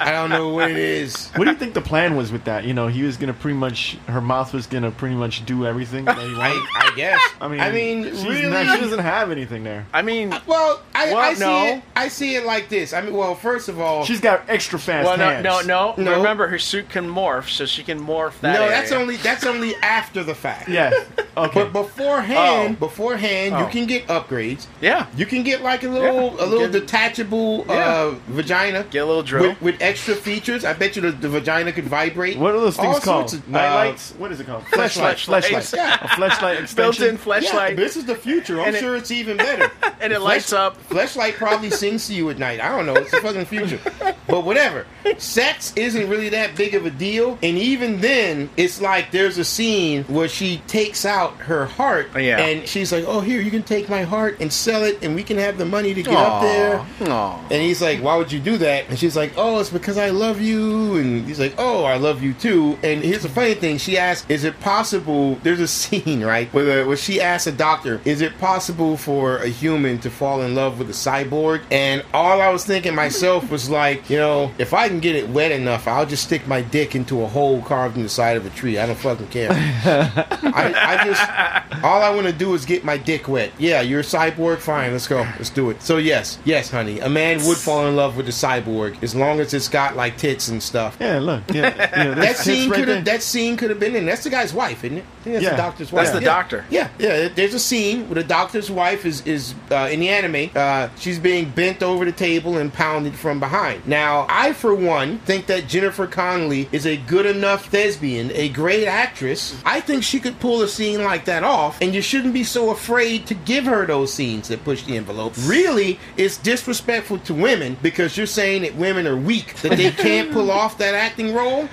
[SPEAKER 2] I don't know what it is.
[SPEAKER 3] What do you think the plan was with that? You know, he was gonna pretty much. Her mouth was gonna pretty much do everything that he
[SPEAKER 2] I,
[SPEAKER 3] wanted.
[SPEAKER 2] I guess.
[SPEAKER 3] I mean,
[SPEAKER 2] I mean,
[SPEAKER 3] she's
[SPEAKER 2] really.
[SPEAKER 3] not- she doesn't have anything there.
[SPEAKER 4] I mean,
[SPEAKER 2] well, I,
[SPEAKER 4] Well,
[SPEAKER 2] I see
[SPEAKER 4] no.
[SPEAKER 2] it. I see it like this. I mean, well, first of all,
[SPEAKER 3] She's got extra fast
[SPEAKER 4] well, no,
[SPEAKER 3] hands.
[SPEAKER 4] no, no,
[SPEAKER 2] No.
[SPEAKER 4] Remember, her suit can morph, so she can morph
[SPEAKER 2] no,
[SPEAKER 4] that. area.
[SPEAKER 2] that's only that's only after the fact.
[SPEAKER 3] Yeah. Okay.
[SPEAKER 2] But beforehand,
[SPEAKER 4] Oh.
[SPEAKER 2] beforehand, you
[SPEAKER 4] Oh.
[SPEAKER 2] can get upgrades.
[SPEAKER 4] Yeah.
[SPEAKER 2] You can get like a little
[SPEAKER 4] Yeah,
[SPEAKER 2] a little
[SPEAKER 4] get-
[SPEAKER 2] detachable
[SPEAKER 4] Yeah.
[SPEAKER 2] uh, vagina.
[SPEAKER 4] Get a little drill.
[SPEAKER 2] With, with extra features. I bet you the, the vagina could vibrate.
[SPEAKER 3] What are those things
[SPEAKER 2] All
[SPEAKER 3] called? Uh,
[SPEAKER 2] sorts of, uh,
[SPEAKER 3] Nightlights? what is it called?
[SPEAKER 4] Fleshlight.
[SPEAKER 3] Fleshlight.
[SPEAKER 2] Yeah.
[SPEAKER 3] A fleshlight extension.
[SPEAKER 4] Built-in
[SPEAKER 2] Yeah,
[SPEAKER 4] flashlight,
[SPEAKER 2] this is the future. I'm
[SPEAKER 4] And it-
[SPEAKER 2] sure it's even better.
[SPEAKER 4] and it lights up.
[SPEAKER 2] Flashlight probably sings to you at night. I don't know. It's the fucking future. But whatever. Sex isn't really that big of a deal. And even then, it's like there's a scene where she takes out her heart.
[SPEAKER 4] Yeah.
[SPEAKER 2] And she's like, oh, here, you can take my heart and sell it, and we can have the money to get up there.
[SPEAKER 4] Aw.
[SPEAKER 2] And he's like, "Why would you do that?" And she's like, "Oh, it's because I love you." And he's like, "Oh, I love you too." And here's the funny thing: she asked, "Is it possible?" There's a scene right where, the, where she asked a doctor, "Is it possible for a human to fall in love with a cyborg?" And all I was thinking myself was like, you know, if I can get it wet enough, I'll just stick my dick into a hole carved in the side of a tree. I don't fucking care. I, I just all I want to do is get my dick wet. Yeah, you're a cyborg. Fine, let's go. Let's do it. So yes, yes, honey, a man would fall in love with a cyborg as long as it's got like tits and stuff.
[SPEAKER 3] Yeah, look. Yeah, yeah that's
[SPEAKER 2] That
[SPEAKER 3] it's
[SPEAKER 2] scene
[SPEAKER 3] right
[SPEAKER 2] could have
[SPEAKER 3] there.
[SPEAKER 2] that scene could have been in. That's the guy's wife, isn't it? I think that's
[SPEAKER 3] Yeah.
[SPEAKER 2] the doctor's wife.
[SPEAKER 4] That's the
[SPEAKER 2] Yeah.
[SPEAKER 4] doctor.
[SPEAKER 2] Yeah, yeah. There's a scene where the doctor's wife is is uh, in the anime. Uh, she's being bent over the table and pounded from behind. Now, I for one think that Jennifer Connelly is a good enough thespian, a great actress. I think she could pull a scene like that off, and you shouldn't be so afraid to give her those scenes that push the envelope. Really, it's disrespectful to women because you're saying that women are weak, that they can't pull off that acting role.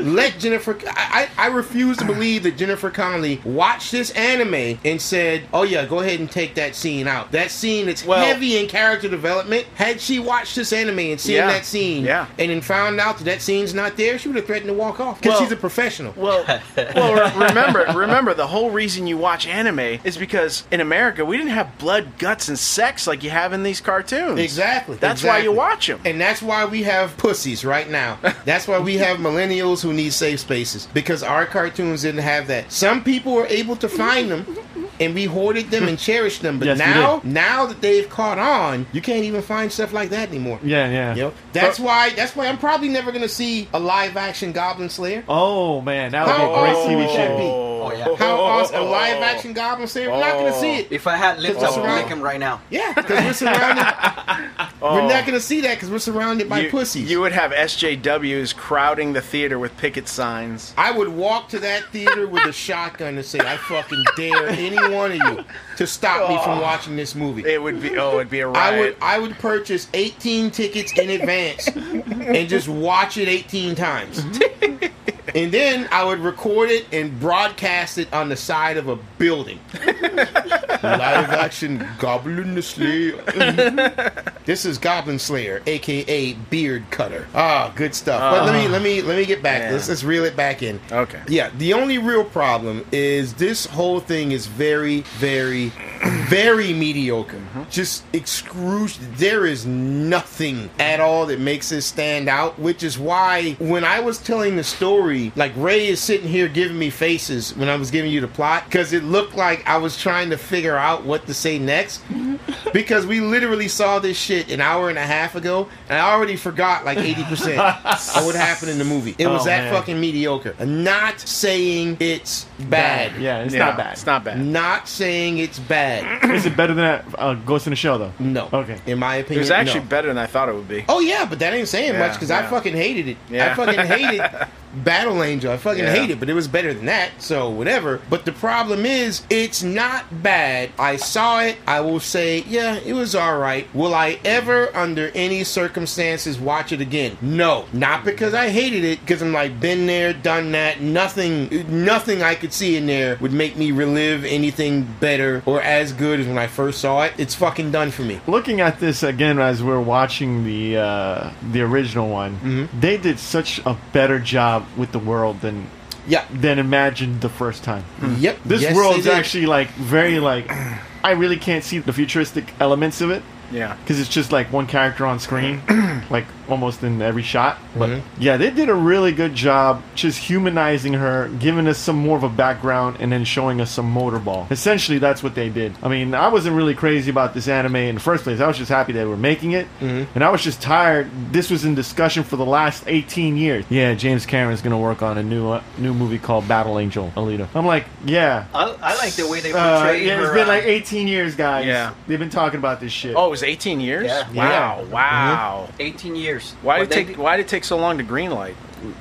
[SPEAKER 2] Let Jennifer. I, I I refuse to believe that Jennifer Connelly watched this anime and said, "Oh yeah, go ahead and take that scene out." That scene that's
[SPEAKER 4] Well-
[SPEAKER 2] heavy in character development. Had she watched this anime and seen
[SPEAKER 4] Yeah.
[SPEAKER 2] that scene,
[SPEAKER 4] Yeah.
[SPEAKER 2] and then found out that that scene's not there, she would have threatened to walk off because
[SPEAKER 4] Well-
[SPEAKER 2] she's a professional.
[SPEAKER 4] Well, well, re- remember, remember the whole reason you watch anime is because in America we didn't have blood, guts, and sex like you have in these cartoons.
[SPEAKER 2] Exactly.
[SPEAKER 4] That's why
[SPEAKER 2] exactly.
[SPEAKER 4] you watch them.
[SPEAKER 2] And that's why we have pussies right now. That's why we have millennials who need safe spaces because our cartoons didn't have that. Some people were able to find them and we hoarded them and cherished them, but
[SPEAKER 3] Yes, we
[SPEAKER 2] now
[SPEAKER 3] did.
[SPEAKER 2] now that they've caught on, you can't even find stuff like that anymore.
[SPEAKER 3] Yeah, yeah.
[SPEAKER 2] You know? That's why that's why I'm probably never going to see a live action Goblin Slayer.
[SPEAKER 3] Oh man, that would be
[SPEAKER 2] How
[SPEAKER 3] a great
[SPEAKER 2] awesome
[SPEAKER 3] TV
[SPEAKER 2] would
[SPEAKER 3] show.
[SPEAKER 2] that be?
[SPEAKER 5] Oh, yeah.
[SPEAKER 2] How awesome a
[SPEAKER 4] oh.
[SPEAKER 2] live action Goblin Slayer. We're not going to see it.
[SPEAKER 5] If I had lips, I
[SPEAKER 2] That's
[SPEAKER 5] would
[SPEAKER 2] right.
[SPEAKER 5] lick him right now.
[SPEAKER 2] Yeah, because we're surrounded. We're not going to see that because we're surrounded by
[SPEAKER 4] you,
[SPEAKER 2] pussies.
[SPEAKER 4] You would have SJWs crowding the theater with picket signs.
[SPEAKER 2] I would walk to that theater with a shotgun and say, I fucking dare any one of you to stop me from watching this movie.
[SPEAKER 4] It would be oh, it'd be a riot.
[SPEAKER 2] I would I would purchase 18 tickets in advance and just watch it 18 times. And then I would record it and broadcast it on the side of a building. Live action Goblin Slayer. this is Goblin Slayer, aka Beard Cutter. Ah, good stuff. but let me let me let me get back.
[SPEAKER 4] Yeah.
[SPEAKER 2] Let's let's reel it back in.
[SPEAKER 4] Okay.
[SPEAKER 2] Yeah, the only real problem is this whole thing is very, very, very mediocre.
[SPEAKER 3] Mm-hmm.
[SPEAKER 2] Just excruciating. There is nothing at all that makes it stand out, which is why when I was telling the story, like Ray is sitting here giving me faces when I was giving you the plot, because it looked like I was trying to figure out what to say next. Because we literally saw this shit an hour and a half ago, and I already forgot like 80% of what happened in the movie. It was
[SPEAKER 3] Oh,
[SPEAKER 2] that
[SPEAKER 3] man.
[SPEAKER 2] fucking mediocre. Not saying it's bad.
[SPEAKER 3] Yeah, it's
[SPEAKER 4] Yeah,
[SPEAKER 3] not bad.
[SPEAKER 4] It's not bad.
[SPEAKER 2] Not saying it's bad.
[SPEAKER 3] Is it better than that, uh, Ghost in the Shell though?
[SPEAKER 2] No.
[SPEAKER 3] Okay.
[SPEAKER 2] In my opinion,
[SPEAKER 4] It was actually
[SPEAKER 2] no.
[SPEAKER 4] better than I thought it would be.
[SPEAKER 2] Oh yeah, but that ain't saying
[SPEAKER 4] Yeah,
[SPEAKER 2] much because I
[SPEAKER 4] yeah.
[SPEAKER 2] fucking hated it. I
[SPEAKER 4] Yeah.
[SPEAKER 2] fucking hated Battle Angel. I fucking
[SPEAKER 4] Yeah.
[SPEAKER 2] hate it, but it was better than that. So whatever. But the problem is, it's not bad. I saw it. I will say, yeah, it was all right. Will I ever, under any circumstances, watch it again? No, not because I hated it. Because I'm like, been there, done that. Nothing, nothing I could see in there would make me relive anything better or as good as when I first saw it. It's fucking done for me.
[SPEAKER 3] Looking at this again as we're watching the uh, the original one,
[SPEAKER 2] Mm-hmm.
[SPEAKER 3] they did such a better job with the world than
[SPEAKER 2] Yeah.
[SPEAKER 3] than imagined the first time.
[SPEAKER 2] Yep.
[SPEAKER 3] This
[SPEAKER 2] Yes,
[SPEAKER 3] world's
[SPEAKER 2] they did.
[SPEAKER 3] actually like very like I really can't see the futuristic elements of it.
[SPEAKER 4] Yeah.
[SPEAKER 3] because it's just like one character on screen, like almost in every shot. But yeah, they did a really good job just humanizing her, giving us some more of a background, and then showing us some motorball. Essentially, that's what they did. I mean, I wasn't really crazy about this anime in the first place. I was just happy they were making it, and I was just tired. This was in discussion for the last 18 years. Yeah, James Cameron's gonna work on a new uh, new movie called Battle Angel Alita. I'm like, yeah.
[SPEAKER 5] I, I like the way they
[SPEAKER 3] Uh,
[SPEAKER 5] portray
[SPEAKER 3] yeah,
[SPEAKER 5] her.
[SPEAKER 3] it's been
[SPEAKER 5] uh,
[SPEAKER 3] like 18 years, guys.
[SPEAKER 4] Yeah.
[SPEAKER 3] They've been talking about this shit.
[SPEAKER 2] Mm-hmm.
[SPEAKER 4] Oh, it was 18 years.
[SPEAKER 5] Yeah.
[SPEAKER 4] Wow. Wow.
[SPEAKER 5] 18 years. years.
[SPEAKER 4] Why
[SPEAKER 5] But
[SPEAKER 4] did it
[SPEAKER 5] they
[SPEAKER 4] take
[SPEAKER 5] did-
[SPEAKER 4] Why did it take so long to greenlight?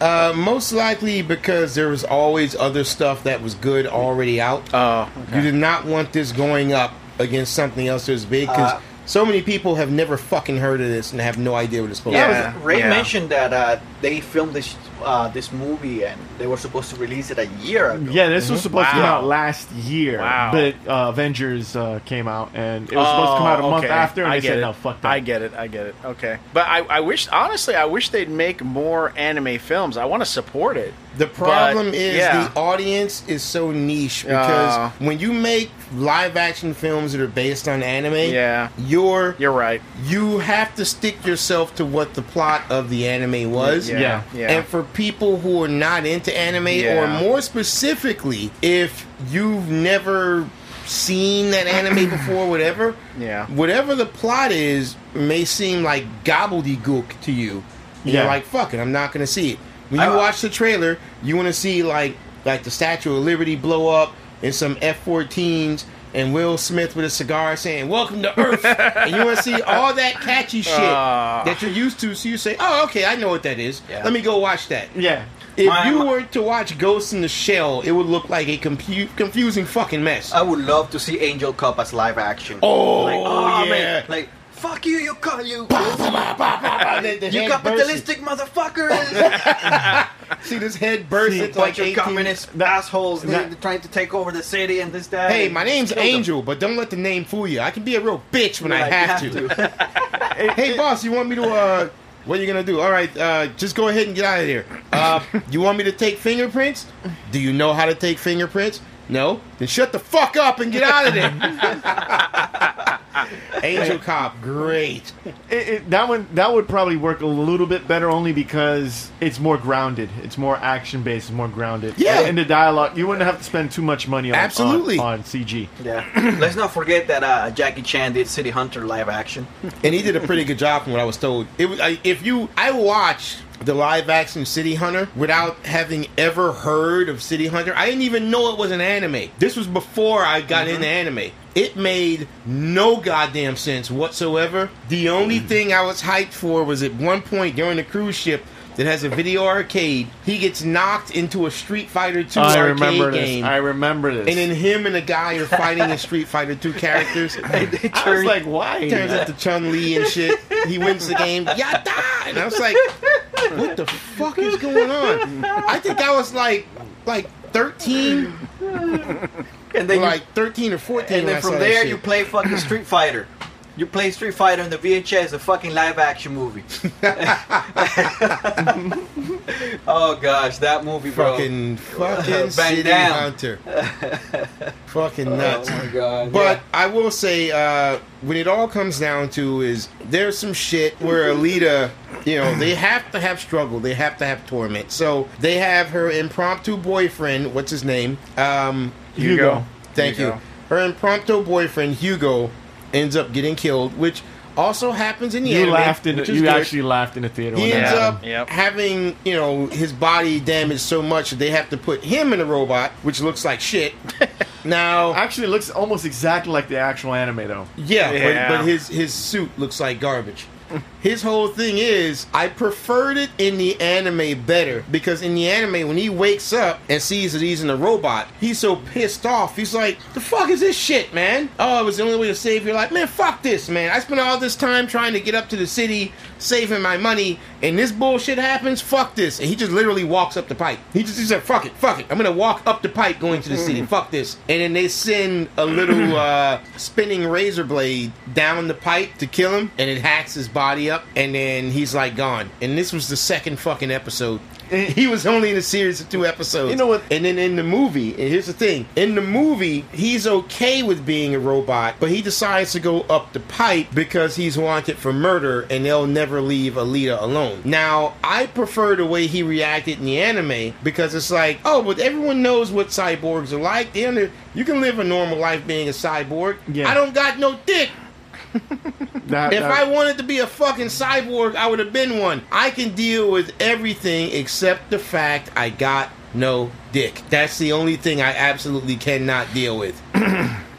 [SPEAKER 2] Uh, most likely because there was always other stuff that was good already out.
[SPEAKER 4] Oh,
[SPEAKER 2] You did not want this going up against something else that's big because
[SPEAKER 5] Uh,
[SPEAKER 2] so many people have never fucking heard of this and have no idea what it's supposed
[SPEAKER 4] Yeah.
[SPEAKER 2] to be.
[SPEAKER 5] Ray
[SPEAKER 4] yeah.
[SPEAKER 5] mentioned that uh, they filmed this uh, this movie and they were supposed to release it a year ago.
[SPEAKER 3] Yeah, this
[SPEAKER 2] Mm-hmm.
[SPEAKER 3] was supposed to come
[SPEAKER 4] Wow.
[SPEAKER 3] out last year,
[SPEAKER 4] Wow.
[SPEAKER 3] but uh, Avengers uh, came out, and it was supposed to come out a
[SPEAKER 4] Oh,
[SPEAKER 3] month
[SPEAKER 4] okay.
[SPEAKER 3] after, and
[SPEAKER 4] I
[SPEAKER 3] they
[SPEAKER 4] get
[SPEAKER 3] said,
[SPEAKER 4] it.
[SPEAKER 3] "No, fuck that."
[SPEAKER 4] I get it. I get it. Okay, but I, I wish honestly, I wish they'd make more anime films. I want to support it.
[SPEAKER 2] The problem is
[SPEAKER 4] yeah.
[SPEAKER 2] the audience is so niche because
[SPEAKER 4] Uh.
[SPEAKER 2] when you make live action films that are based on anime,
[SPEAKER 4] Yeah.
[SPEAKER 2] you're,
[SPEAKER 4] You're right.
[SPEAKER 2] you have to stick yourself to what the plot of the anime was.
[SPEAKER 4] Yeah.
[SPEAKER 3] Yeah.
[SPEAKER 4] Yeah.
[SPEAKER 2] And for people who are not into anime, or
[SPEAKER 4] Yeah.
[SPEAKER 2] more specifically, if you've never seen that anime before, whatever,
[SPEAKER 4] Yeah.
[SPEAKER 2] whatever the plot is, may seem like gobbledygook to you. And You're
[SPEAKER 3] Yeah.
[SPEAKER 2] like, fuck it, I'm not going to see it. When you
[SPEAKER 5] I-
[SPEAKER 2] watch the trailer, you want to see like like the Statue of Liberty blow up and some F-14s and Will Smith with a cigar saying "Welcome to Earth," and you want to see all that catchy shit
[SPEAKER 4] Ah.
[SPEAKER 2] that you're used to. So you say, "Oh, okay, I know what that is.
[SPEAKER 5] Yeah.
[SPEAKER 2] Let me go watch that."
[SPEAKER 3] yeah,
[SPEAKER 2] If
[SPEAKER 5] My-
[SPEAKER 2] you
[SPEAKER 5] my-
[SPEAKER 2] were to watch Ghost in the Shell, it would look like a compu- confusing fucking mess.
[SPEAKER 5] I would love to see Angel Cup as live action.
[SPEAKER 2] oh,
[SPEAKER 5] like, oh
[SPEAKER 2] yeah.
[SPEAKER 5] man, like fuck you, you cut you.
[SPEAKER 2] Ah, the- the
[SPEAKER 5] You
[SPEAKER 2] head bursts.
[SPEAKER 5] capitalistic motherfuckers!
[SPEAKER 2] See this head burst.
[SPEAKER 3] See,
[SPEAKER 2] it's
[SPEAKER 5] like
[SPEAKER 2] like
[SPEAKER 5] your
[SPEAKER 2] 18
[SPEAKER 5] communist assholes they-
[SPEAKER 3] that-
[SPEAKER 5] they're trying to take over the city and this, that.
[SPEAKER 2] Hey,
[SPEAKER 5] and
[SPEAKER 2] my name's
[SPEAKER 5] kill them.
[SPEAKER 2] Angel, but don't let the name fool you. I can be a real bitch when I
[SPEAKER 5] Like, you
[SPEAKER 2] have, to. hey, boss, you want me to? uh What are you gonna do? All right, uh just go ahead and get out of here. Uh You want me to take fingerprints? Do you know how to take fingerprints? No? Then shut the fuck up and get out of there. Angel cop, great.
[SPEAKER 3] it, it, that one that would probably work a little bit better only because it's more grounded, it's more action based, it's more grounded.
[SPEAKER 2] Yeah.
[SPEAKER 3] and the dialogue you wouldn't have to spend too much money on on-
[SPEAKER 2] Absolutely.
[SPEAKER 3] on CG.
[SPEAKER 5] Yeah. Let's not forget that uh, Jackie Chan did City Hunter live action.
[SPEAKER 2] and he did a pretty good job from what I was told. It was I, if you I watched the live action City Hunter without having ever heard of City Hunter. I didn't even know it was an anime. This was before I got
[SPEAKER 3] Mm-hmm.
[SPEAKER 2] into anime. It made no goddamn sense whatsoever. The
[SPEAKER 3] Mm-hmm.
[SPEAKER 2] only thing I was hyped for was at one point during the cruise ship that has a video arcade, he gets knocked into a Street Fighter 2
[SPEAKER 3] I
[SPEAKER 2] arcade
[SPEAKER 3] remember this.
[SPEAKER 2] game.
[SPEAKER 3] I remember this.
[SPEAKER 2] and then him and the guy are fighting in Street Fighter 2 characters.
[SPEAKER 3] I was like, why?
[SPEAKER 2] Turns out to Chun Li and shit. He wins the game. Yada! And I was like, what the fuck is going on? I think I was like, like 13,
[SPEAKER 5] And then,
[SPEAKER 2] like 13 or 14.
[SPEAKER 5] you, and
[SPEAKER 2] when I
[SPEAKER 5] then from
[SPEAKER 2] saw that
[SPEAKER 5] there
[SPEAKER 2] shit.
[SPEAKER 5] you play fucking Street Fighter. You play Street Fighter and the VHS, a fucking live action movie. oh gosh, that movie, bro.
[SPEAKER 2] fucking fucking
[SPEAKER 5] Bang
[SPEAKER 2] City
[SPEAKER 5] down.
[SPEAKER 2] Hunter. fucking
[SPEAKER 5] oh
[SPEAKER 2] nuts.
[SPEAKER 5] my god.
[SPEAKER 2] But
[SPEAKER 5] yeah.
[SPEAKER 2] I will say, uh, when it all comes down to is there's some shit where Alita, you know, they have to have struggle, they have to have torment. So they have her impromptu boyfriend, what's his name? Um,
[SPEAKER 3] Hugo.
[SPEAKER 2] Thank you.
[SPEAKER 4] Hugo.
[SPEAKER 2] Her impromptu boyfriend Hugo ends up getting killed, which also happens in the
[SPEAKER 3] You
[SPEAKER 2] anime.
[SPEAKER 3] laughed in.
[SPEAKER 2] which
[SPEAKER 3] The,
[SPEAKER 2] is
[SPEAKER 3] you
[SPEAKER 2] good.
[SPEAKER 3] actually laughed in the theater.
[SPEAKER 2] He
[SPEAKER 3] when that
[SPEAKER 2] ends
[SPEAKER 3] happened.
[SPEAKER 2] up
[SPEAKER 4] Yep.
[SPEAKER 2] having you know his body damaged so much that they have to put him in a robot, which looks like shit. now
[SPEAKER 3] Actually, it looks almost exactly like the actual anime, though.
[SPEAKER 2] Yeah,
[SPEAKER 4] Yeah.
[SPEAKER 2] But, but his his suit looks like garbage. His whole thing is I preferred it in the anime better because in the anime when he wakes up and sees that he's in a robot, he's so pissed off. He's like, "The fuck is this shit, man? Oh, it was the only way to save your life, man. Fuck this, man. I spent all this time trying to get up to the city, saving my money, and this bullshit happens. Fuck this." And he just literally walks up the pipe. He just he said, "Fuck it, fuck it. I'm gonna walk up the pipe going to the city. Fuck this." And then they send a little uh, spinning razor blade down the pipe to kill him, and it hacks his body up, and then he's like gone. And this was the second fucking episode. He was only in a series of two episodes.
[SPEAKER 3] You know what-
[SPEAKER 2] And then in the movie, and here's the thing: in the movie, he's okay with being a robot, but he decides to go up the pipe because he's wanted for murder, and they'll never leave Alita alone. Now, I prefer the way he reacted in the anime because it's like, oh, but everyone knows what cyborgs are like. They under- you can live a normal life being a cyborg.
[SPEAKER 3] Yeah.
[SPEAKER 2] I don't got no dick.
[SPEAKER 3] That-
[SPEAKER 2] If
[SPEAKER 3] that-
[SPEAKER 2] I wanted to be a fucking cyborg, I would have been one. I can deal with everything except the fact I got no dick. That's the only thing I absolutely cannot deal with.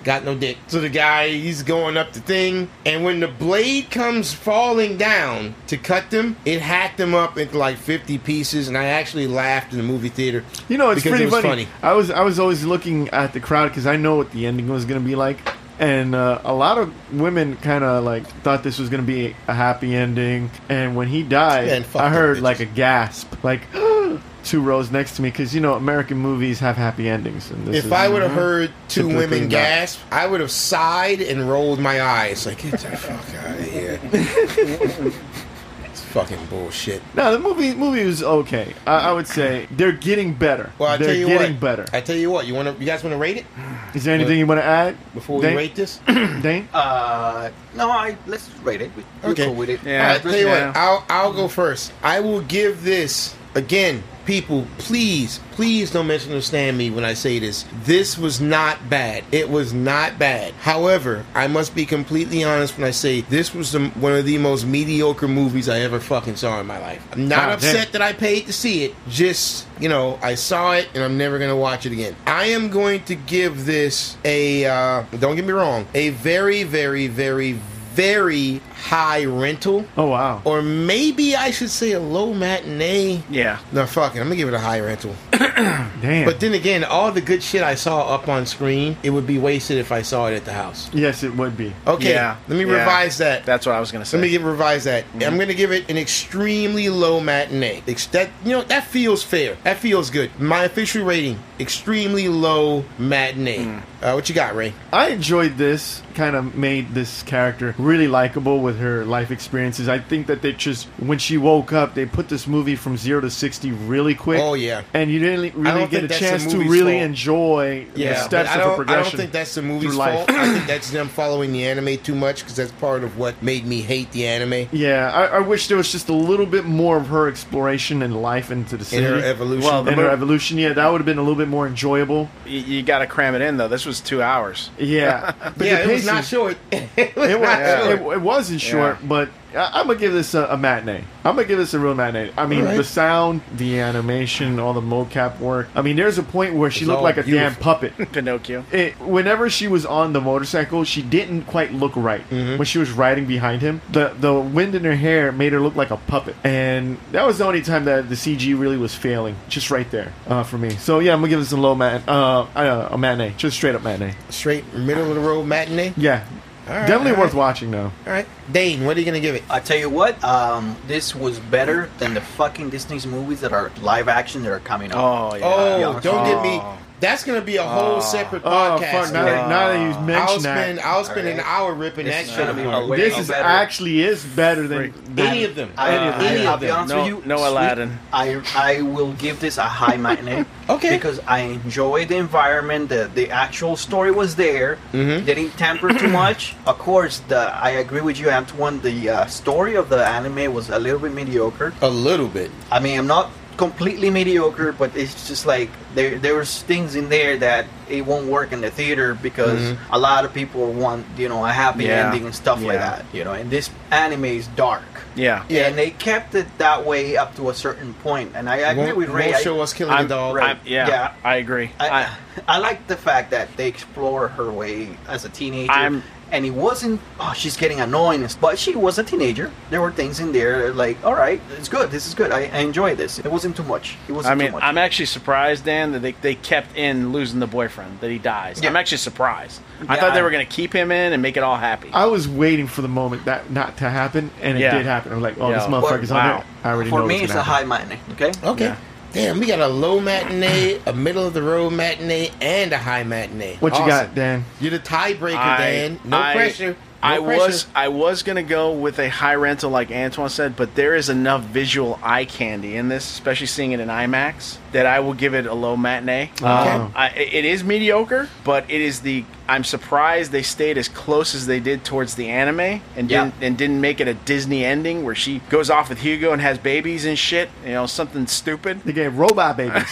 [SPEAKER 2] got no dick. So the guy, he's going up the thing, and when the blade comes falling down to cut them, it hacked them up into like 50 pieces, and I actually laughed in the movie theater.
[SPEAKER 3] You know, it's
[SPEAKER 2] because
[SPEAKER 3] pretty
[SPEAKER 2] it was
[SPEAKER 3] funny. I was I was always looking at the crowd because I know what the ending was going to be like, and uh, a lot of women kind of like thought this was going to be a happy ending. And when he died,
[SPEAKER 2] Yeah, and fuck
[SPEAKER 3] I
[SPEAKER 2] them
[SPEAKER 3] heard
[SPEAKER 2] bitches.
[SPEAKER 3] like a gasp, like two rows next to me, because you know American movies have happy endings. And this
[SPEAKER 2] If
[SPEAKER 3] is-
[SPEAKER 2] I would have heard two
[SPEAKER 3] Typically
[SPEAKER 2] women
[SPEAKER 3] not.
[SPEAKER 2] gasp, I would have sighed and rolled my eyes like, get the fuck out of here. it's fucking bullshit.
[SPEAKER 3] no, the movie movie was okay. I, I would say they're getting better.
[SPEAKER 2] Well, I
[SPEAKER 3] they're
[SPEAKER 2] tell you
[SPEAKER 3] getting
[SPEAKER 2] what.
[SPEAKER 3] better.
[SPEAKER 2] I tell you what. You want to? You guys want to rate it
[SPEAKER 3] Is there anything you want to add
[SPEAKER 2] before we
[SPEAKER 3] Dane?
[SPEAKER 2] rate this?
[SPEAKER 3] Dane?
[SPEAKER 5] Uh, no, I let's rate it. We- We're
[SPEAKER 2] Okay.
[SPEAKER 5] cool with it.
[SPEAKER 4] Yeah.
[SPEAKER 2] I tell you
[SPEAKER 4] yeah.
[SPEAKER 2] what. I'll I'll go first. I will give this again. People, please, please don't misunderstand me when I say this. This was not bad. It was not bad. However, I must be completely honest when I say this was the, one of the most mediocre movies I ever fucking saw in my life. I'm not
[SPEAKER 3] God damn.
[SPEAKER 2] upset that I paid to see it. Just, you know, I saw it and I'm never going to watch it again. I am going to give this a, uh, don't get me wrong, a very, very, very, very high rental.
[SPEAKER 3] Oh wow.
[SPEAKER 2] Or maybe I should say a low matinee.
[SPEAKER 4] Yeah.
[SPEAKER 2] No, fuck it. I'm going to give it a high rental.
[SPEAKER 3] Damn.
[SPEAKER 2] But then again, all the good shit I saw up on screen, it would be wasted if I saw it at the house.
[SPEAKER 3] yes, it would be.
[SPEAKER 2] Okay,
[SPEAKER 4] Yeah,
[SPEAKER 2] let me
[SPEAKER 4] yeah.
[SPEAKER 2] revise that.
[SPEAKER 4] That's what I was gonna say.
[SPEAKER 2] Let me give, revise that. Mm-hmm. I'm going to give it an extremely low matinee. Ex- That you know that feels fair. That feels good. My official rating: extremely low matinee. Uh, what you got, Ray?
[SPEAKER 3] I enjoyed this. Kind of made this character really likable with her life experiences. I think that they just when she woke up, they put this movie from zero to sixty really quick.
[SPEAKER 2] Oh, yeah.
[SPEAKER 3] and you didn't really
[SPEAKER 2] don't
[SPEAKER 3] get a
[SPEAKER 2] think that's the
[SPEAKER 3] chance to
[SPEAKER 2] movie's
[SPEAKER 3] really
[SPEAKER 2] fault.
[SPEAKER 3] enjoy the
[SPEAKER 2] but
[SPEAKER 3] steps
[SPEAKER 2] I
[SPEAKER 3] of her
[SPEAKER 2] don't, I
[SPEAKER 3] progression.
[SPEAKER 2] don't think that's the movie's
[SPEAKER 3] through life.
[SPEAKER 2] fault. I think that's them following the anime too much because that's part of what made me hate the anime
[SPEAKER 3] yeah, I, I wish there was just a little bit more of her exploration and life into the
[SPEAKER 2] in
[SPEAKER 3] city.
[SPEAKER 2] her evolution.
[SPEAKER 4] Well, the
[SPEAKER 3] And her
[SPEAKER 4] mo-
[SPEAKER 3] evolution, yeah, that would have been a little bit more enjoyable.
[SPEAKER 4] you, you got to cram it in though. This was two hours.
[SPEAKER 3] Yeah, but
[SPEAKER 2] yeah,
[SPEAKER 3] the
[SPEAKER 2] it was not
[SPEAKER 3] pacing-
[SPEAKER 2] short. it was
[SPEAKER 3] It, was,
[SPEAKER 2] not short.
[SPEAKER 3] it, it wasn't short, but I, I'm gonna give this a, a matinee. I'm gonna give this a real matinee. I mean,
[SPEAKER 2] All right.
[SPEAKER 3] the sound, the animation, all the mocap work. I mean, there's a point where she
[SPEAKER 2] It's
[SPEAKER 3] looked
[SPEAKER 2] all
[SPEAKER 3] like a damn
[SPEAKER 2] beautiful.
[SPEAKER 3] puppet.
[SPEAKER 4] Pinocchio.
[SPEAKER 3] It, whenever she was on the motorcycle, she didn't quite look right.
[SPEAKER 2] Mm-hmm.
[SPEAKER 3] When she was riding behind him, the the wind in her hair made her look like a puppet, and that was the only time that the CG really was failing, just right there uh, for me. So yeah, I'm gonna give this a low mat, uh, uh, a matinee, just straight up matinee.
[SPEAKER 2] Straight middle of the road matinee.
[SPEAKER 3] Yeah,
[SPEAKER 2] All right,
[SPEAKER 3] definitely
[SPEAKER 2] all
[SPEAKER 3] worth
[SPEAKER 2] right.
[SPEAKER 3] watching though.
[SPEAKER 2] All right, Dane, what are you gonna give it?
[SPEAKER 5] I tell you what, um, this was better than the fucking Disney's movies that are live action that are coming out.
[SPEAKER 4] Oh yeah.
[SPEAKER 2] Oh,
[SPEAKER 5] yeah.
[SPEAKER 2] don't get me.
[SPEAKER 4] Oh.
[SPEAKER 2] That's gonna be a whole separate
[SPEAKER 3] Oh
[SPEAKER 2] podcast.
[SPEAKER 3] fuck! Now, that, now that you
[SPEAKER 2] I'll
[SPEAKER 3] mentioned
[SPEAKER 2] spend
[SPEAKER 3] that,
[SPEAKER 2] I'll spend an
[SPEAKER 5] Alright.
[SPEAKER 2] hour ripping
[SPEAKER 5] This
[SPEAKER 2] that
[SPEAKER 5] is
[SPEAKER 2] shit
[SPEAKER 5] gonna be
[SPEAKER 2] apart.
[SPEAKER 5] way
[SPEAKER 3] this
[SPEAKER 5] better.
[SPEAKER 3] is actually is better than, than
[SPEAKER 2] Any of
[SPEAKER 4] Uh,
[SPEAKER 2] them.
[SPEAKER 5] I,
[SPEAKER 3] Any of
[SPEAKER 5] I,
[SPEAKER 3] them.
[SPEAKER 5] Uh, I'll be
[SPEAKER 2] Any of
[SPEAKER 5] honest
[SPEAKER 4] Oh, them.
[SPEAKER 5] with you.
[SPEAKER 4] No- no
[SPEAKER 5] sweet-
[SPEAKER 4] Aladdin.
[SPEAKER 5] I I will give this a high matinee.
[SPEAKER 2] Okay.
[SPEAKER 5] Because I enjoy the environment. The the actual story was there. They didn't tamper too much. Of course, the I agree with you, Antoine. The uh, story of the anime was a little bit mediocre.
[SPEAKER 2] A little bit.
[SPEAKER 5] I mean, I'm not completely mediocre, but it's just like there there's things in there that it won't work in the theater because a lot of people want you know a happy
[SPEAKER 4] Yeah.
[SPEAKER 5] ending and stuff like
[SPEAKER 4] Yeah.
[SPEAKER 5] that. You know, and this anime is dark.
[SPEAKER 4] Yeah.
[SPEAKER 2] Yeah.
[SPEAKER 5] And they kept it that way up to a certain point, and I agree
[SPEAKER 2] won't,
[SPEAKER 5] with Ray.
[SPEAKER 2] won't
[SPEAKER 5] I-
[SPEAKER 2] show us killing
[SPEAKER 4] I'm,
[SPEAKER 2] a dog.
[SPEAKER 5] right.
[SPEAKER 4] I'm- yeah,
[SPEAKER 5] Yeah.
[SPEAKER 4] I agree.
[SPEAKER 5] I,
[SPEAKER 4] I,
[SPEAKER 5] I like the fact that they explore her way as a teenager.
[SPEAKER 4] I'm-
[SPEAKER 5] and it wasn't, oh, she's getting annoying. But she was a teenager. There were things in there like, all right, it's good. This is good. I, I enjoy this. It wasn't too much. It wasn't
[SPEAKER 4] I mean,
[SPEAKER 5] too much.
[SPEAKER 4] I'm actually surprised, Dan, that they, they kept in losing the boyfriend, that he dies.
[SPEAKER 5] Yeah.
[SPEAKER 4] I'm actually surprised. I
[SPEAKER 5] Yeah,
[SPEAKER 4] thought they
[SPEAKER 5] I-
[SPEAKER 4] were going to keep him in and make it all happy.
[SPEAKER 3] I was waiting for the moment that not to happen, and it
[SPEAKER 4] Yeah.
[SPEAKER 3] did happen. I'm like, oh,
[SPEAKER 4] Yeah.
[SPEAKER 3] this motherfucker's
[SPEAKER 4] Wow.
[SPEAKER 3] on there. I already
[SPEAKER 5] For
[SPEAKER 3] know.
[SPEAKER 5] me,
[SPEAKER 3] what's
[SPEAKER 5] it's
[SPEAKER 3] gonna
[SPEAKER 5] a high
[SPEAKER 3] happen.
[SPEAKER 5] minor. Okay?
[SPEAKER 2] Okay.
[SPEAKER 4] Yeah.
[SPEAKER 2] Damn, we got a low matinee, a middle of the road matinee, and a high matinee.
[SPEAKER 3] What you
[SPEAKER 2] Awesome.
[SPEAKER 3] got, Dan?
[SPEAKER 2] You're the tiebreaker,
[SPEAKER 4] I-
[SPEAKER 2] Dan. No
[SPEAKER 4] I-
[SPEAKER 2] pressure. No
[SPEAKER 4] I
[SPEAKER 2] pressure.
[SPEAKER 4] was I was gonna go with a high rental like Antoine said, but there is enough visual eye candy in this, especially seeing it in IMAX, that I will give it a low matinee. Um, I, it is mediocre, but it is the I'm surprised they stayed as close as they did towards the anime and
[SPEAKER 5] Yeah.
[SPEAKER 4] didn't and didn't make it a Disney ending where she goes off with Hugo and has babies and shit. You know something stupid.
[SPEAKER 3] They gave robot babies.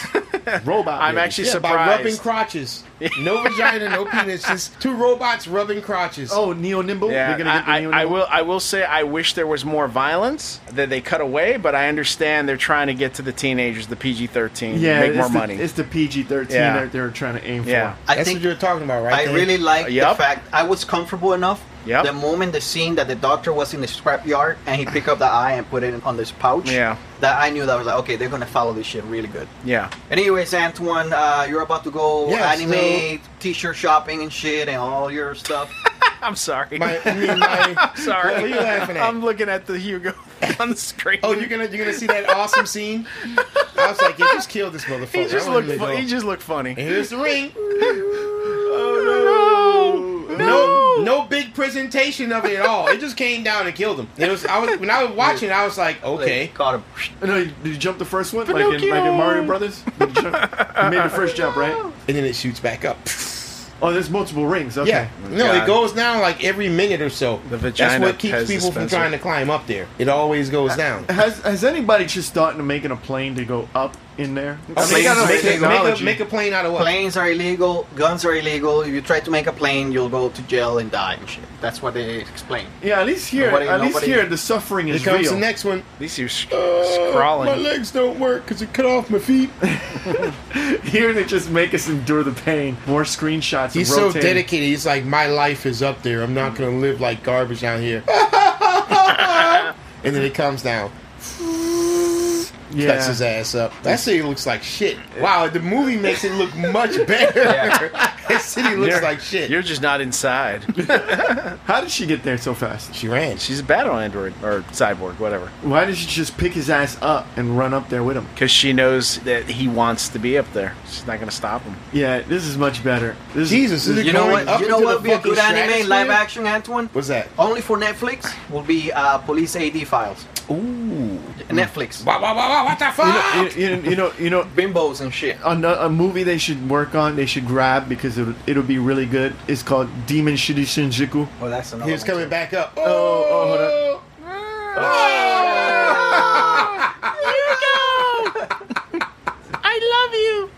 [SPEAKER 3] robot.
[SPEAKER 4] I'm
[SPEAKER 3] babies.
[SPEAKER 4] actually
[SPEAKER 2] yeah, by
[SPEAKER 4] surprised.
[SPEAKER 2] rubbing crotches. No vagina, no penis. Just two robots rubbing crotches.
[SPEAKER 3] Oh, Neo Nimble.
[SPEAKER 4] Yeah,
[SPEAKER 3] They're gonna get the
[SPEAKER 4] I,
[SPEAKER 3] Neo
[SPEAKER 4] I, I
[SPEAKER 3] Nimble?
[SPEAKER 4] will. I will say I wish there was more violence that they cut away, but I understand they're trying to get to the teenagers, the PG thirteen,
[SPEAKER 3] Yeah,
[SPEAKER 4] make
[SPEAKER 3] it's
[SPEAKER 4] more
[SPEAKER 3] the,
[SPEAKER 4] money.
[SPEAKER 3] It's the PG thirteen
[SPEAKER 4] Yeah.
[SPEAKER 3] that they're trying to aim
[SPEAKER 4] Yeah.
[SPEAKER 3] for.
[SPEAKER 5] I
[SPEAKER 2] that's
[SPEAKER 5] think
[SPEAKER 2] what you're talking about, right?
[SPEAKER 5] I
[SPEAKER 2] there.
[SPEAKER 5] really like
[SPEAKER 4] Yep.
[SPEAKER 5] the fact I was comfortable enough.
[SPEAKER 4] Yep.
[SPEAKER 5] The moment the scene that the doctor was in the scrapyard and he picked up the eye and put it on this pouch.
[SPEAKER 4] Yeah.
[SPEAKER 5] That I knew that I was like, okay, they're gonna follow this shit really good.
[SPEAKER 4] yeah,
[SPEAKER 5] Anyways, Antoine, uh, you're about to go
[SPEAKER 2] Yeah,
[SPEAKER 5] anime, t-shirt shopping and shit, and all your stuff.
[SPEAKER 4] I'm sorry.
[SPEAKER 2] My, I mean, my,
[SPEAKER 4] sorry.
[SPEAKER 2] What are you laughing at?
[SPEAKER 3] Um,
[SPEAKER 4] I'm looking at the Hugo on the screen.
[SPEAKER 2] oh, you're gonna you're gonna see that awesome scene. I was like, yeah, just kill this motherfucker.
[SPEAKER 4] he just
[SPEAKER 2] I wanna
[SPEAKER 4] looked.
[SPEAKER 2] go.
[SPEAKER 4] Fu- he just looked funny.
[SPEAKER 2] And here's the ring.
[SPEAKER 4] Oh no!
[SPEAKER 2] No, no big presentation of it at all. It just came down and killed him. It was I was when I was watching, I was like, okay.
[SPEAKER 5] Like, caught him.
[SPEAKER 3] No, you- did you jump the first one like in, like in Mario Brothers? Did you, jump? you made the first jump, right?
[SPEAKER 2] And then it shoots back up.
[SPEAKER 3] Oh, there's multiple rings. Okay.
[SPEAKER 2] Yeah, no,
[SPEAKER 4] God.
[SPEAKER 2] it goes down like every minute or so.
[SPEAKER 4] The
[SPEAKER 2] That's
[SPEAKER 4] vagina
[SPEAKER 2] what keeps
[SPEAKER 4] Pez
[SPEAKER 2] people from
[SPEAKER 4] dispenser.
[SPEAKER 2] trying to climb up there. It always goes down.
[SPEAKER 3] Has Has anybody just thought of making a plane to go up in there? I mean,
[SPEAKER 2] Make,
[SPEAKER 3] they got
[SPEAKER 2] make, a, make,
[SPEAKER 3] technology.
[SPEAKER 2] a, make a plane out of what?
[SPEAKER 5] Planes are illegal. Guns are illegal. If you try to make a plane, you'll go to jail and die and shit. That's what they explain.
[SPEAKER 3] yeah, at least here,
[SPEAKER 5] Nobody-
[SPEAKER 3] at least
[SPEAKER 5] nobody-
[SPEAKER 3] here, the suffering
[SPEAKER 2] Here
[SPEAKER 3] is
[SPEAKER 2] comes
[SPEAKER 3] real.
[SPEAKER 2] the next one.
[SPEAKER 4] At least you're sc-
[SPEAKER 2] Uh, My
[SPEAKER 4] scrawling.
[SPEAKER 2] legs don't work because it cut off my feet.
[SPEAKER 3] Here they just make us endure the pain. More screenshots.
[SPEAKER 2] He's
[SPEAKER 3] of
[SPEAKER 2] so
[SPEAKER 3] rotating.
[SPEAKER 2] dedicated. He's like, my life is up there. I'm not gonna live like garbage out here. and then it comes down.
[SPEAKER 3] Yeah.
[SPEAKER 2] Cuts his ass up. That city looks like shit. Wow, the movie makes it look much better. that city looks
[SPEAKER 4] You're-
[SPEAKER 2] like shit.
[SPEAKER 4] You're just not inside.
[SPEAKER 3] How did she get there so fast?
[SPEAKER 2] She ran. She-
[SPEAKER 4] She's bad on Android or Cyborg, whatever,
[SPEAKER 3] Why did she just pick his ass up and run up there with him?
[SPEAKER 4] because she knows that he wants to be up there. She's not gonna stop him.
[SPEAKER 3] Yeah, this is much better. This
[SPEAKER 2] Jesus,
[SPEAKER 3] Is,
[SPEAKER 2] is it
[SPEAKER 5] You know
[SPEAKER 2] going
[SPEAKER 5] what?
[SPEAKER 2] up
[SPEAKER 5] You know
[SPEAKER 2] into the
[SPEAKER 5] what would be a
[SPEAKER 2] fucking
[SPEAKER 5] good anime
[SPEAKER 2] stratosphere?
[SPEAKER 5] live action, Antoine?
[SPEAKER 2] What's that?
[SPEAKER 3] Oh,
[SPEAKER 5] Only for Netflix will be uh, Police AD Files.
[SPEAKER 2] Ooh.
[SPEAKER 5] Netflix.
[SPEAKER 2] Wow, wow, wow, wow, what the fuck?
[SPEAKER 3] you know, you, you- you know, you know,
[SPEAKER 5] Bimbos and shit.
[SPEAKER 2] Oh.
[SPEAKER 3] a, a movie they should work on, they should grab because it, it'll be really good. It's called Demon Shiri Shinjuku.
[SPEAKER 5] Oh, that's another
[SPEAKER 2] he was
[SPEAKER 5] one,
[SPEAKER 2] coming back up. Oh,
[SPEAKER 3] oh, hold up.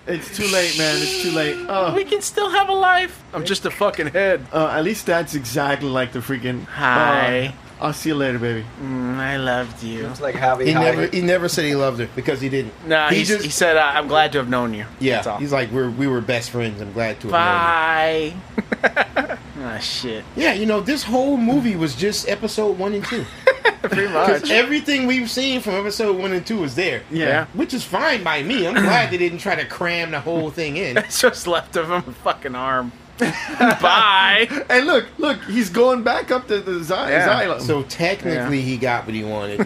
[SPEAKER 3] It's too late, man. It's too late. Oh,
[SPEAKER 4] can still have a life. I'm just a fucking head.
[SPEAKER 3] uh, at least that's exactly like the freaking.
[SPEAKER 4] Hi.
[SPEAKER 3] Uh, I'll see you later, baby.
[SPEAKER 4] Mm, I loved
[SPEAKER 5] too.
[SPEAKER 4] you.
[SPEAKER 5] It's like Javi.
[SPEAKER 2] He
[SPEAKER 5] Javi.
[SPEAKER 2] never, he never said he loved her because he didn't.
[SPEAKER 4] No,
[SPEAKER 2] he
[SPEAKER 4] he, just, he said, uh, "I'm glad to have known you." That's
[SPEAKER 2] yeah.
[SPEAKER 4] all.
[SPEAKER 2] He's like, we're we were best friends. I'm glad to have known you."
[SPEAKER 4] Bye. Ah, shit.
[SPEAKER 2] Yeah, you know, this whole movie was just episode one and two.
[SPEAKER 4] Pretty
[SPEAKER 2] Because
[SPEAKER 4] much.
[SPEAKER 2] everything we've seen from episode one and two is there.
[SPEAKER 3] Yeah.
[SPEAKER 2] Which is fine by me. I'm glad they didn't try to cram the whole thing in.
[SPEAKER 4] That's what's left of him. a Fucking arm. Bye.
[SPEAKER 3] Hey, look, look, he's going back up to the xy-
[SPEAKER 4] Yeah.
[SPEAKER 3] xylem.
[SPEAKER 2] So technically, he got what he wanted.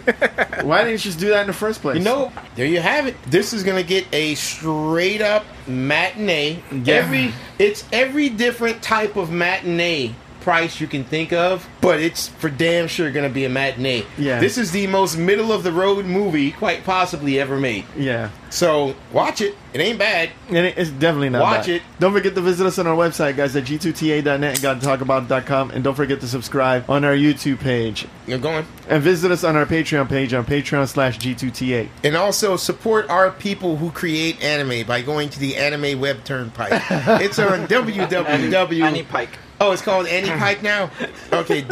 [SPEAKER 3] Why didn't you just do that in the first place?
[SPEAKER 2] you know, there you have it. This is gonna get a straight up matinee.
[SPEAKER 3] Yeah.
[SPEAKER 2] Every it's every different type of matinee price you can think of, but it's for damn sure gonna be a matinee.
[SPEAKER 3] Yeah.
[SPEAKER 2] This is the most middle of the road movie quite possibly ever made.
[SPEAKER 3] Yeah.
[SPEAKER 2] So watch it. It ain't bad.
[SPEAKER 3] And it- it's definitely not.
[SPEAKER 2] Watch
[SPEAKER 3] bad.
[SPEAKER 2] it.
[SPEAKER 3] Don't forget to visit us on our website, guys, at g2ta.net and godtalkabout.com. And don't forget to subscribe on our YouTube page.
[SPEAKER 2] You're going.
[SPEAKER 3] And visit us on our Patreon page on Patreon slash G2TA.
[SPEAKER 2] And also support our people who create anime by going to the Anime Web Turnpike. it's on www.
[SPEAKER 5] Annie Pike.
[SPEAKER 2] Oh, it's called Annie Pike now? Okay,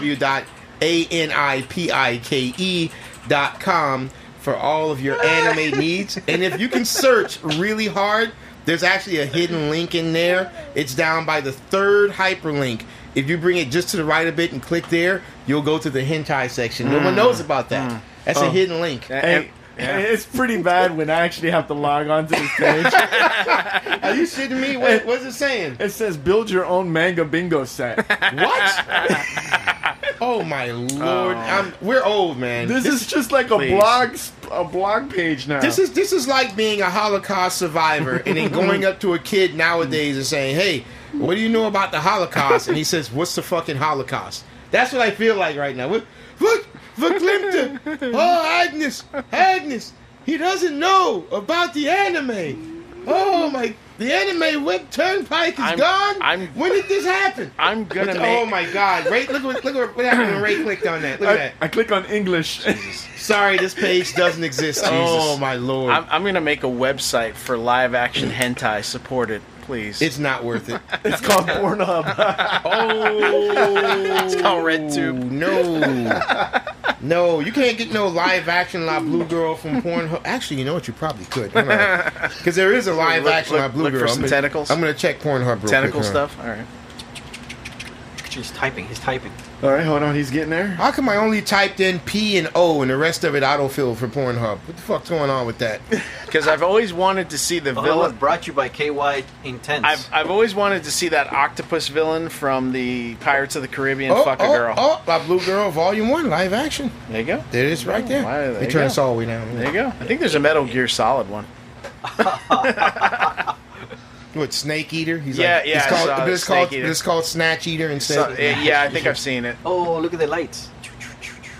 [SPEAKER 2] www.anipike.com E for all of your anime needs. And if you can search really hard, there's actually a hidden link in there. It's down by the third hyperlink. If you bring it just to the right a bit and click there, you'll go to the hentai section. No one knows about that. That's a hidden link.
[SPEAKER 3] Hey, it's pretty bad when I actually have to log on to this page.
[SPEAKER 2] Are you shitting me? What, what's it saying?
[SPEAKER 3] it says build your own manga bingo set.
[SPEAKER 2] What? Oh my lord! I'm, we're old, man.
[SPEAKER 3] This is just like a
[SPEAKER 4] please.
[SPEAKER 3] blog sp- a blog page now.
[SPEAKER 2] This is this is like being a Holocaust survivor and then going up to a kid nowadays and saying, "Hey, what do you know about the Holocaust?" And he says, "What's the fucking Holocaust?" That's what I feel like right now. What? What? Verklemte. Oh, Agnes, Agnes. He doesn't know about the anime. Oh my! The anime web turnpike is
[SPEAKER 4] I'm-
[SPEAKER 2] gone.
[SPEAKER 4] I'm-
[SPEAKER 2] when did this happen?
[SPEAKER 4] I'm gonna
[SPEAKER 2] oh
[SPEAKER 4] make.
[SPEAKER 2] my God! Ray, look what look what, what happened when Ray clicked on that. Look
[SPEAKER 3] I,
[SPEAKER 2] at that.
[SPEAKER 3] I click on English.
[SPEAKER 2] Sorry, this page doesn't exist. Oh my lord!
[SPEAKER 4] I'm, I'm gonna make a website for live action hentai. Support it, please.
[SPEAKER 2] It's not worth it.
[SPEAKER 3] It's called Pornhub.
[SPEAKER 2] oh,
[SPEAKER 4] It's called RedTube.
[SPEAKER 2] No, no, you can't get no live action La Blue Girl from Pornhub. Actually, you know what? You probably could, because there is a live
[SPEAKER 4] Look-
[SPEAKER 2] action
[SPEAKER 4] look-
[SPEAKER 2] La Blue
[SPEAKER 4] look
[SPEAKER 2] Girl.
[SPEAKER 4] for
[SPEAKER 2] I'm
[SPEAKER 4] some
[SPEAKER 2] gonna-
[SPEAKER 4] tentacles?
[SPEAKER 2] I'm gonna check Pornhub. Real
[SPEAKER 4] tentacle
[SPEAKER 2] quick, huh?
[SPEAKER 4] stuff. All right.
[SPEAKER 5] He's typing. He's typing.
[SPEAKER 3] All right, hold on. He's getting there.
[SPEAKER 2] How come I only typed in P and O and the rest of it autofilled for Pornhub? What the fuck's going on with that?
[SPEAKER 4] Because I've always wanted to see the
[SPEAKER 5] Oh,
[SPEAKER 4] villain.
[SPEAKER 5] look, brought you by KY Intense.
[SPEAKER 4] I've, I've always wanted to see that octopus villain from the Pirates of the Caribbean
[SPEAKER 2] oh,
[SPEAKER 4] fuck a
[SPEAKER 2] oh,
[SPEAKER 4] girl.
[SPEAKER 2] Oh, La Blue Girl Volume One live action.
[SPEAKER 4] There you go.
[SPEAKER 2] There it is, right there.
[SPEAKER 4] Oh, Why, there
[SPEAKER 2] They
[SPEAKER 4] you
[SPEAKER 2] turn
[SPEAKER 4] go.
[SPEAKER 2] us all the way down.
[SPEAKER 4] There you go. I think there's a Metal Gear Solid one.
[SPEAKER 2] What Snake Eater? He's
[SPEAKER 4] Yeah,
[SPEAKER 2] like,
[SPEAKER 4] yeah,
[SPEAKER 2] It's
[SPEAKER 4] I
[SPEAKER 2] called,
[SPEAKER 4] saw
[SPEAKER 2] but it's
[SPEAKER 4] Snake
[SPEAKER 2] called,
[SPEAKER 4] Eater.
[SPEAKER 2] but it's called Snatch Eater instead.
[SPEAKER 4] So- yeah, I think I've seen it.
[SPEAKER 5] oh, look at the lights.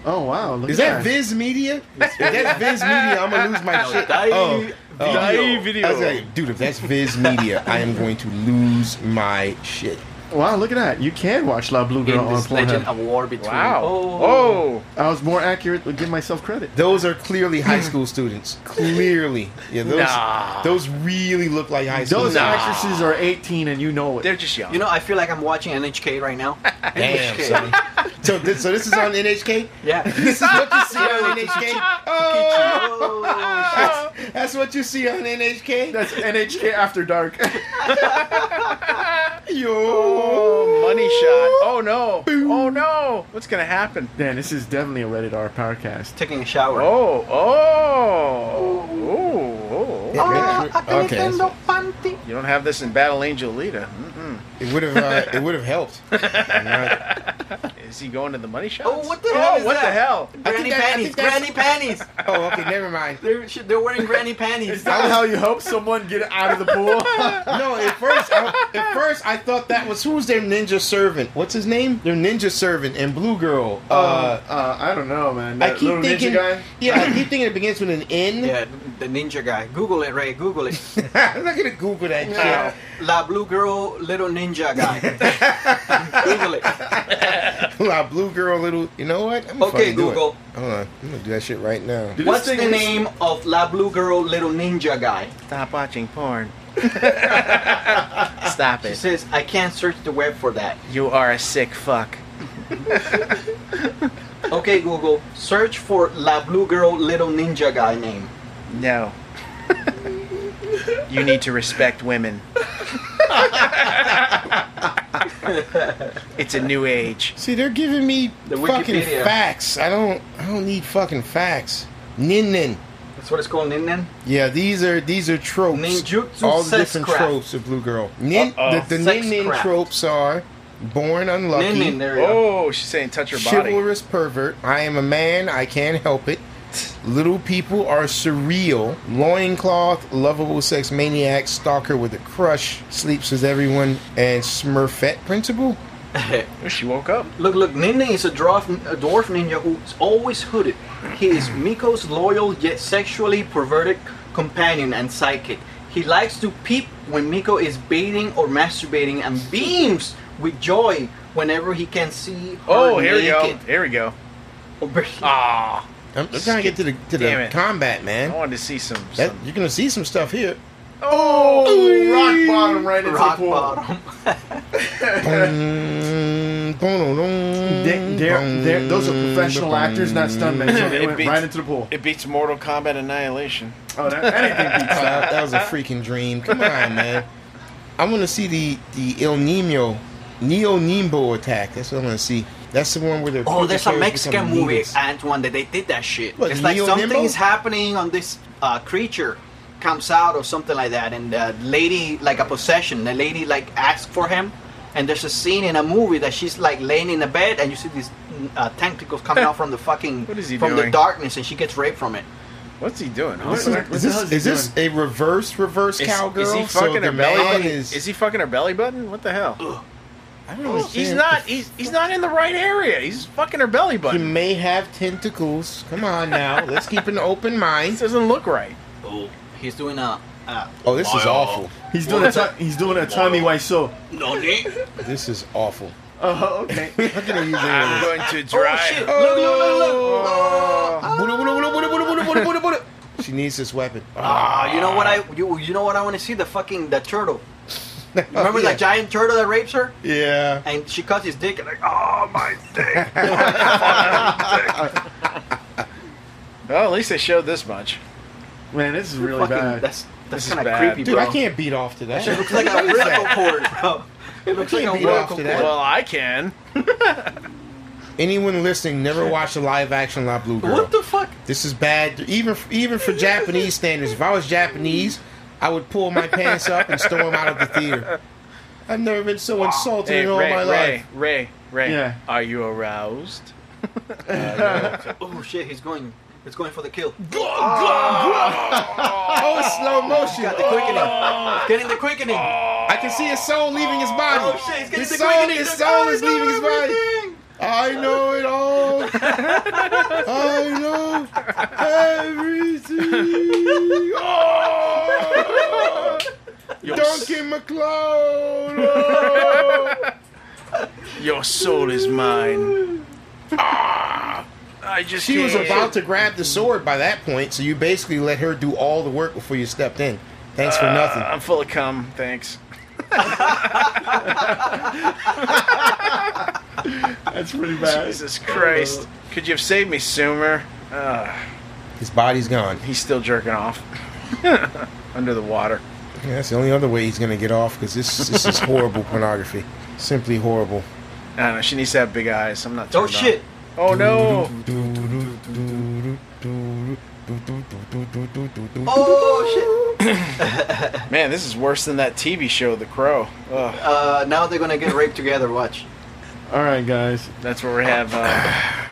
[SPEAKER 3] Oh wow, look
[SPEAKER 2] Is
[SPEAKER 3] at
[SPEAKER 2] that Viz Media? If that's Viz Media, I'm gonna lose my shit.
[SPEAKER 5] Die
[SPEAKER 2] Oh, oh.
[SPEAKER 4] Die
[SPEAKER 2] I
[SPEAKER 4] video.
[SPEAKER 2] was like, dude, if that's Viz Media, I am going to lose my shit.
[SPEAKER 3] Wow, look at that. You can watch La Blue Girl
[SPEAKER 5] in
[SPEAKER 3] on
[SPEAKER 5] this legend
[SPEAKER 3] Pornhub.
[SPEAKER 5] of war between.
[SPEAKER 4] Wow.
[SPEAKER 5] Oh.
[SPEAKER 4] Oh.
[SPEAKER 3] I was more accurate. but Give myself credit.
[SPEAKER 2] Those are clearly high school students. Clearly, yeah. Those
[SPEAKER 4] Nah.
[SPEAKER 2] those really look like high school.
[SPEAKER 3] Those
[SPEAKER 2] students.
[SPEAKER 3] actresses are 18, and you know it.
[SPEAKER 4] They're just young.
[SPEAKER 5] You know, I feel like I'm watching NHK right now.
[SPEAKER 2] Damn, son. So this, so this is on NHK.
[SPEAKER 5] Yeah.
[SPEAKER 2] This is what you see on NHK. Oh,
[SPEAKER 5] oh, shit.
[SPEAKER 2] that's, that's what you see on NHK.
[SPEAKER 3] That's NHK After Dark.
[SPEAKER 2] Yo,
[SPEAKER 4] Oh, money shot. Oh no. Oh no. What's gonna happen?
[SPEAKER 3] Man, this is definitely a Reddit R podcast.
[SPEAKER 5] Taking a shower.
[SPEAKER 4] Oh. Oh. Oh. oh.
[SPEAKER 2] okay. that's-
[SPEAKER 4] You don't have this in Battle Angel Hmm. Lita. Mm-mm.
[SPEAKER 2] It would have uh, it would have helped. I
[SPEAKER 4] Is he going to the money shot?
[SPEAKER 5] Oh, what the hell
[SPEAKER 4] Oh,
[SPEAKER 5] is
[SPEAKER 4] what the
[SPEAKER 5] that?
[SPEAKER 4] hell?
[SPEAKER 5] Granny
[SPEAKER 2] that- I
[SPEAKER 5] panties.
[SPEAKER 2] think that's-
[SPEAKER 5] Granny panties.
[SPEAKER 2] Oh, okay, never mind.
[SPEAKER 5] They're, sh- they're wearing granny panties.
[SPEAKER 3] how you help someone get out of the pool?
[SPEAKER 2] No, at first, I, at first I thought that was who's their ninja servant. What's his name? Their ninja servant and Blue Girl. Uh,
[SPEAKER 3] uh, uh, I don't know, man.
[SPEAKER 2] I
[SPEAKER 3] That
[SPEAKER 2] keep
[SPEAKER 3] little
[SPEAKER 2] thinking.
[SPEAKER 3] ninja guy.
[SPEAKER 2] Yeah, I keep thinking it begins with an N.
[SPEAKER 5] Yeah, the ninja guy. Google it, Ray. Google it.
[SPEAKER 2] I'm not gonna Google that
[SPEAKER 5] Uh,
[SPEAKER 2] shit.
[SPEAKER 5] La Blue Girl, Little Ninja Guy. Google it.
[SPEAKER 2] La Blue Girl, little. You know what? I'm gonna
[SPEAKER 5] Okay,
[SPEAKER 2] fucking do it.
[SPEAKER 5] Google.
[SPEAKER 2] Hold on, I'm gonna do that shit right now.
[SPEAKER 3] Dude, this
[SPEAKER 5] What's the
[SPEAKER 3] thing is-
[SPEAKER 5] name of La Blue Girl, Little Ninja Guy?
[SPEAKER 4] Stop watching porn. Stop
[SPEAKER 5] It
[SPEAKER 4] it.
[SPEAKER 5] says, I can't search the web for that.
[SPEAKER 4] You are a sick fuck.
[SPEAKER 5] Okay, Google, search for La Blue Girl, Little Ninja Guy name.
[SPEAKER 4] No. you need to respect women. it's a new age.
[SPEAKER 2] See, they're giving me
[SPEAKER 5] The
[SPEAKER 2] fucking
[SPEAKER 5] Wikipedia.
[SPEAKER 2] facts. I don't. I don't need fucking facts. Nin nin.
[SPEAKER 5] That's what it's called, Nin
[SPEAKER 2] Yeah, these are these are tropes.
[SPEAKER 5] Ninjutsu
[SPEAKER 2] All the different
[SPEAKER 5] sexcraft.
[SPEAKER 2] tropes of Blue Girl. Nin,
[SPEAKER 4] Uh-oh.
[SPEAKER 2] the the nin nin
[SPEAKER 5] Sexcraft.
[SPEAKER 2] tropes are born unlucky.
[SPEAKER 5] Nin Nin, there you go.
[SPEAKER 4] Oh, she's saying touch her body.
[SPEAKER 2] Chivalrous pervert. I am a man. I can't help it. Little people are surreal. Loincloth, lovable sex maniac, stalker with a crush, sleeps with everyone, and Smurfette principal.
[SPEAKER 4] Oh, she woke up.
[SPEAKER 5] Look, look, Ninja is a dwarf, a dwarf ninja who's always hooded. He is Miko's loyal yet sexually perverted companion and sidekick. He likes to peep when Miko is bathing or masturbating and beams with joy whenever he can see her
[SPEAKER 4] Oh, here we go.
[SPEAKER 5] naked.
[SPEAKER 4] Here we go.
[SPEAKER 5] Over-
[SPEAKER 4] Ah,
[SPEAKER 2] I'm, I'm trying to get to the to
[SPEAKER 4] Damn
[SPEAKER 2] the
[SPEAKER 4] it.
[SPEAKER 2] combat,
[SPEAKER 4] I
[SPEAKER 2] man.
[SPEAKER 4] wanted to see some.
[SPEAKER 2] That,
[SPEAKER 4] some
[SPEAKER 2] you're gonna see some stuff here.
[SPEAKER 3] Oh, rock bottom right into
[SPEAKER 5] Rock
[SPEAKER 3] the pool.
[SPEAKER 5] bottom.
[SPEAKER 2] Boom, boom, boom,
[SPEAKER 3] They, they're,
[SPEAKER 2] boom,
[SPEAKER 3] they're, those are professional
[SPEAKER 2] boom.
[SPEAKER 3] actors, not stuntmen. So
[SPEAKER 4] It
[SPEAKER 3] they went
[SPEAKER 4] beats-
[SPEAKER 3] right into the pool.
[SPEAKER 4] it beats Mortal Kombat Annihilation.
[SPEAKER 3] Oh, that, anything beats
[SPEAKER 2] Oh,
[SPEAKER 3] that.
[SPEAKER 2] that, that was a freaking dream. Come on, man. I want to see the the El Nino, Neo Nimbo attack. That's what I want to see. That's the one where they're.
[SPEAKER 5] Oh, there's a
[SPEAKER 2] players
[SPEAKER 5] Mexican
[SPEAKER 2] become
[SPEAKER 5] movie,
[SPEAKER 2] natives.
[SPEAKER 5] Antoine, that they did that shit.
[SPEAKER 2] What,
[SPEAKER 5] it's like
[SPEAKER 2] Neo
[SPEAKER 5] something
[SPEAKER 2] Nimbo?
[SPEAKER 5] is happening on this uh, creature comes out or something like that, and the lady, like a possession, the lady like asks for him, and there's a scene in a movie that she's like laying in a bed, and you see these uh, tentacles coming out from the fucking
[SPEAKER 4] What is he
[SPEAKER 5] from the
[SPEAKER 4] doing?
[SPEAKER 5] darkness, and she gets raped from it.
[SPEAKER 4] What's he doing?
[SPEAKER 3] This
[SPEAKER 4] What-
[SPEAKER 3] is-
[SPEAKER 2] Is
[SPEAKER 4] what-
[SPEAKER 3] What the hell is
[SPEAKER 2] this,
[SPEAKER 3] he
[SPEAKER 2] is this a reverse reverse
[SPEAKER 4] is-
[SPEAKER 2] cowgirl?
[SPEAKER 4] Is he
[SPEAKER 2] So
[SPEAKER 4] fucking
[SPEAKER 2] the
[SPEAKER 4] her belly
[SPEAKER 2] man
[SPEAKER 4] button?
[SPEAKER 2] Is, Oh,
[SPEAKER 4] is he fucking her belly button? What the hell?
[SPEAKER 2] I don't understand.
[SPEAKER 4] He's not. He's he's not in the right area. He's fucking her belly
[SPEAKER 2] He
[SPEAKER 4] button.
[SPEAKER 2] may have tentacles. Come on now. Let's keep an open
[SPEAKER 4] This
[SPEAKER 2] mind.
[SPEAKER 4] doesn't look right.
[SPEAKER 5] Oh, he's doing a. Uh,
[SPEAKER 2] Oh, this is awful.
[SPEAKER 3] He's doing a to- he's doing a Tommy Wiseau.
[SPEAKER 5] no need.
[SPEAKER 2] This is awful.
[SPEAKER 3] Oh, okay.
[SPEAKER 2] I'm gonna use it.
[SPEAKER 4] I'm going to
[SPEAKER 5] Oh
[SPEAKER 4] drive.
[SPEAKER 5] shit! Look, look, look, look! Oh.
[SPEAKER 2] Buddha, Buddha, Buddha, Buddha, Buddha, Buddha, Buddha, Buddha. She needs this weapon. Oh.
[SPEAKER 5] Ah, you know what I you, you know what I want to see the fucking the turtle. Remember that giant turtle that rapes her?
[SPEAKER 2] Yeah.
[SPEAKER 5] And she cuts his dick and like, oh my dick.
[SPEAKER 4] Well, at least they showed this much.
[SPEAKER 3] Man, this is really
[SPEAKER 5] Fucking-
[SPEAKER 3] bad.
[SPEAKER 5] That's that's
[SPEAKER 4] This is
[SPEAKER 5] kind of
[SPEAKER 4] bad.
[SPEAKER 5] creepy,
[SPEAKER 2] Dude,
[SPEAKER 5] bro.
[SPEAKER 2] I can't beat off to that.
[SPEAKER 5] It looks like a umbilical cord, bro. It looks like
[SPEAKER 2] can't
[SPEAKER 5] a
[SPEAKER 2] beat off
[SPEAKER 5] umbilical
[SPEAKER 2] to
[SPEAKER 5] cord.
[SPEAKER 2] that.
[SPEAKER 4] Well, I can.
[SPEAKER 2] Anyone listening, never watch a live action La Blue Girl.
[SPEAKER 5] What the fuck?
[SPEAKER 2] This is bad. Even even for Japanese standards, if I was Japanese, I would pull my pants up and throw them out of the theater. I've never been so insulted
[SPEAKER 4] Hey,
[SPEAKER 2] in all
[SPEAKER 4] Ray,
[SPEAKER 2] my
[SPEAKER 4] Ray,
[SPEAKER 2] life.
[SPEAKER 4] Ray, Ray,
[SPEAKER 3] Yeah.
[SPEAKER 4] Are you aroused?
[SPEAKER 5] Oh shit, he's going. It's going for the kill.
[SPEAKER 2] Oh, it's slow motion.
[SPEAKER 5] Got the quickening. He's getting the quickening.
[SPEAKER 2] I can see his soul leaving his body.
[SPEAKER 5] Oh shit,
[SPEAKER 2] his
[SPEAKER 5] he's getting the
[SPEAKER 2] soul,
[SPEAKER 5] quickening.
[SPEAKER 2] his
[SPEAKER 5] He's
[SPEAKER 2] soul
[SPEAKER 5] like,
[SPEAKER 2] is leaving his body.
[SPEAKER 5] everything.
[SPEAKER 2] I know it all. I know everything. Oh,
[SPEAKER 4] Your, s-
[SPEAKER 2] Duncan McLeod. Oh.
[SPEAKER 4] your soul is mine. Ah, I just
[SPEAKER 2] She was
[SPEAKER 4] can't.
[SPEAKER 2] about to grab the sword by that point, so you basically let her do all the work before you stepped in. Thanks
[SPEAKER 5] Ah.
[SPEAKER 2] for nothing.
[SPEAKER 4] I'm full of cum. Thanks.
[SPEAKER 3] That's pretty bad.
[SPEAKER 4] Jesus Christ. Could you have saved me, Sumer? Uh,
[SPEAKER 2] His body's gone.
[SPEAKER 4] he's still jerking off under the water.
[SPEAKER 2] Yeah, that's the only other way he's gonna get off because this this is horrible pornography. Simply horrible.
[SPEAKER 4] I don't know. She needs to have big eyes. I'm not. turned
[SPEAKER 5] Oh
[SPEAKER 4] on.
[SPEAKER 5] shit.
[SPEAKER 4] Oh no.
[SPEAKER 5] Oh shit.
[SPEAKER 4] Man, this is worse than that TV show, The Crow. Ugh,
[SPEAKER 5] Uh, now they're gonna get raped together. Watch.
[SPEAKER 3] All right, guys.
[SPEAKER 4] that's where we have. Uh,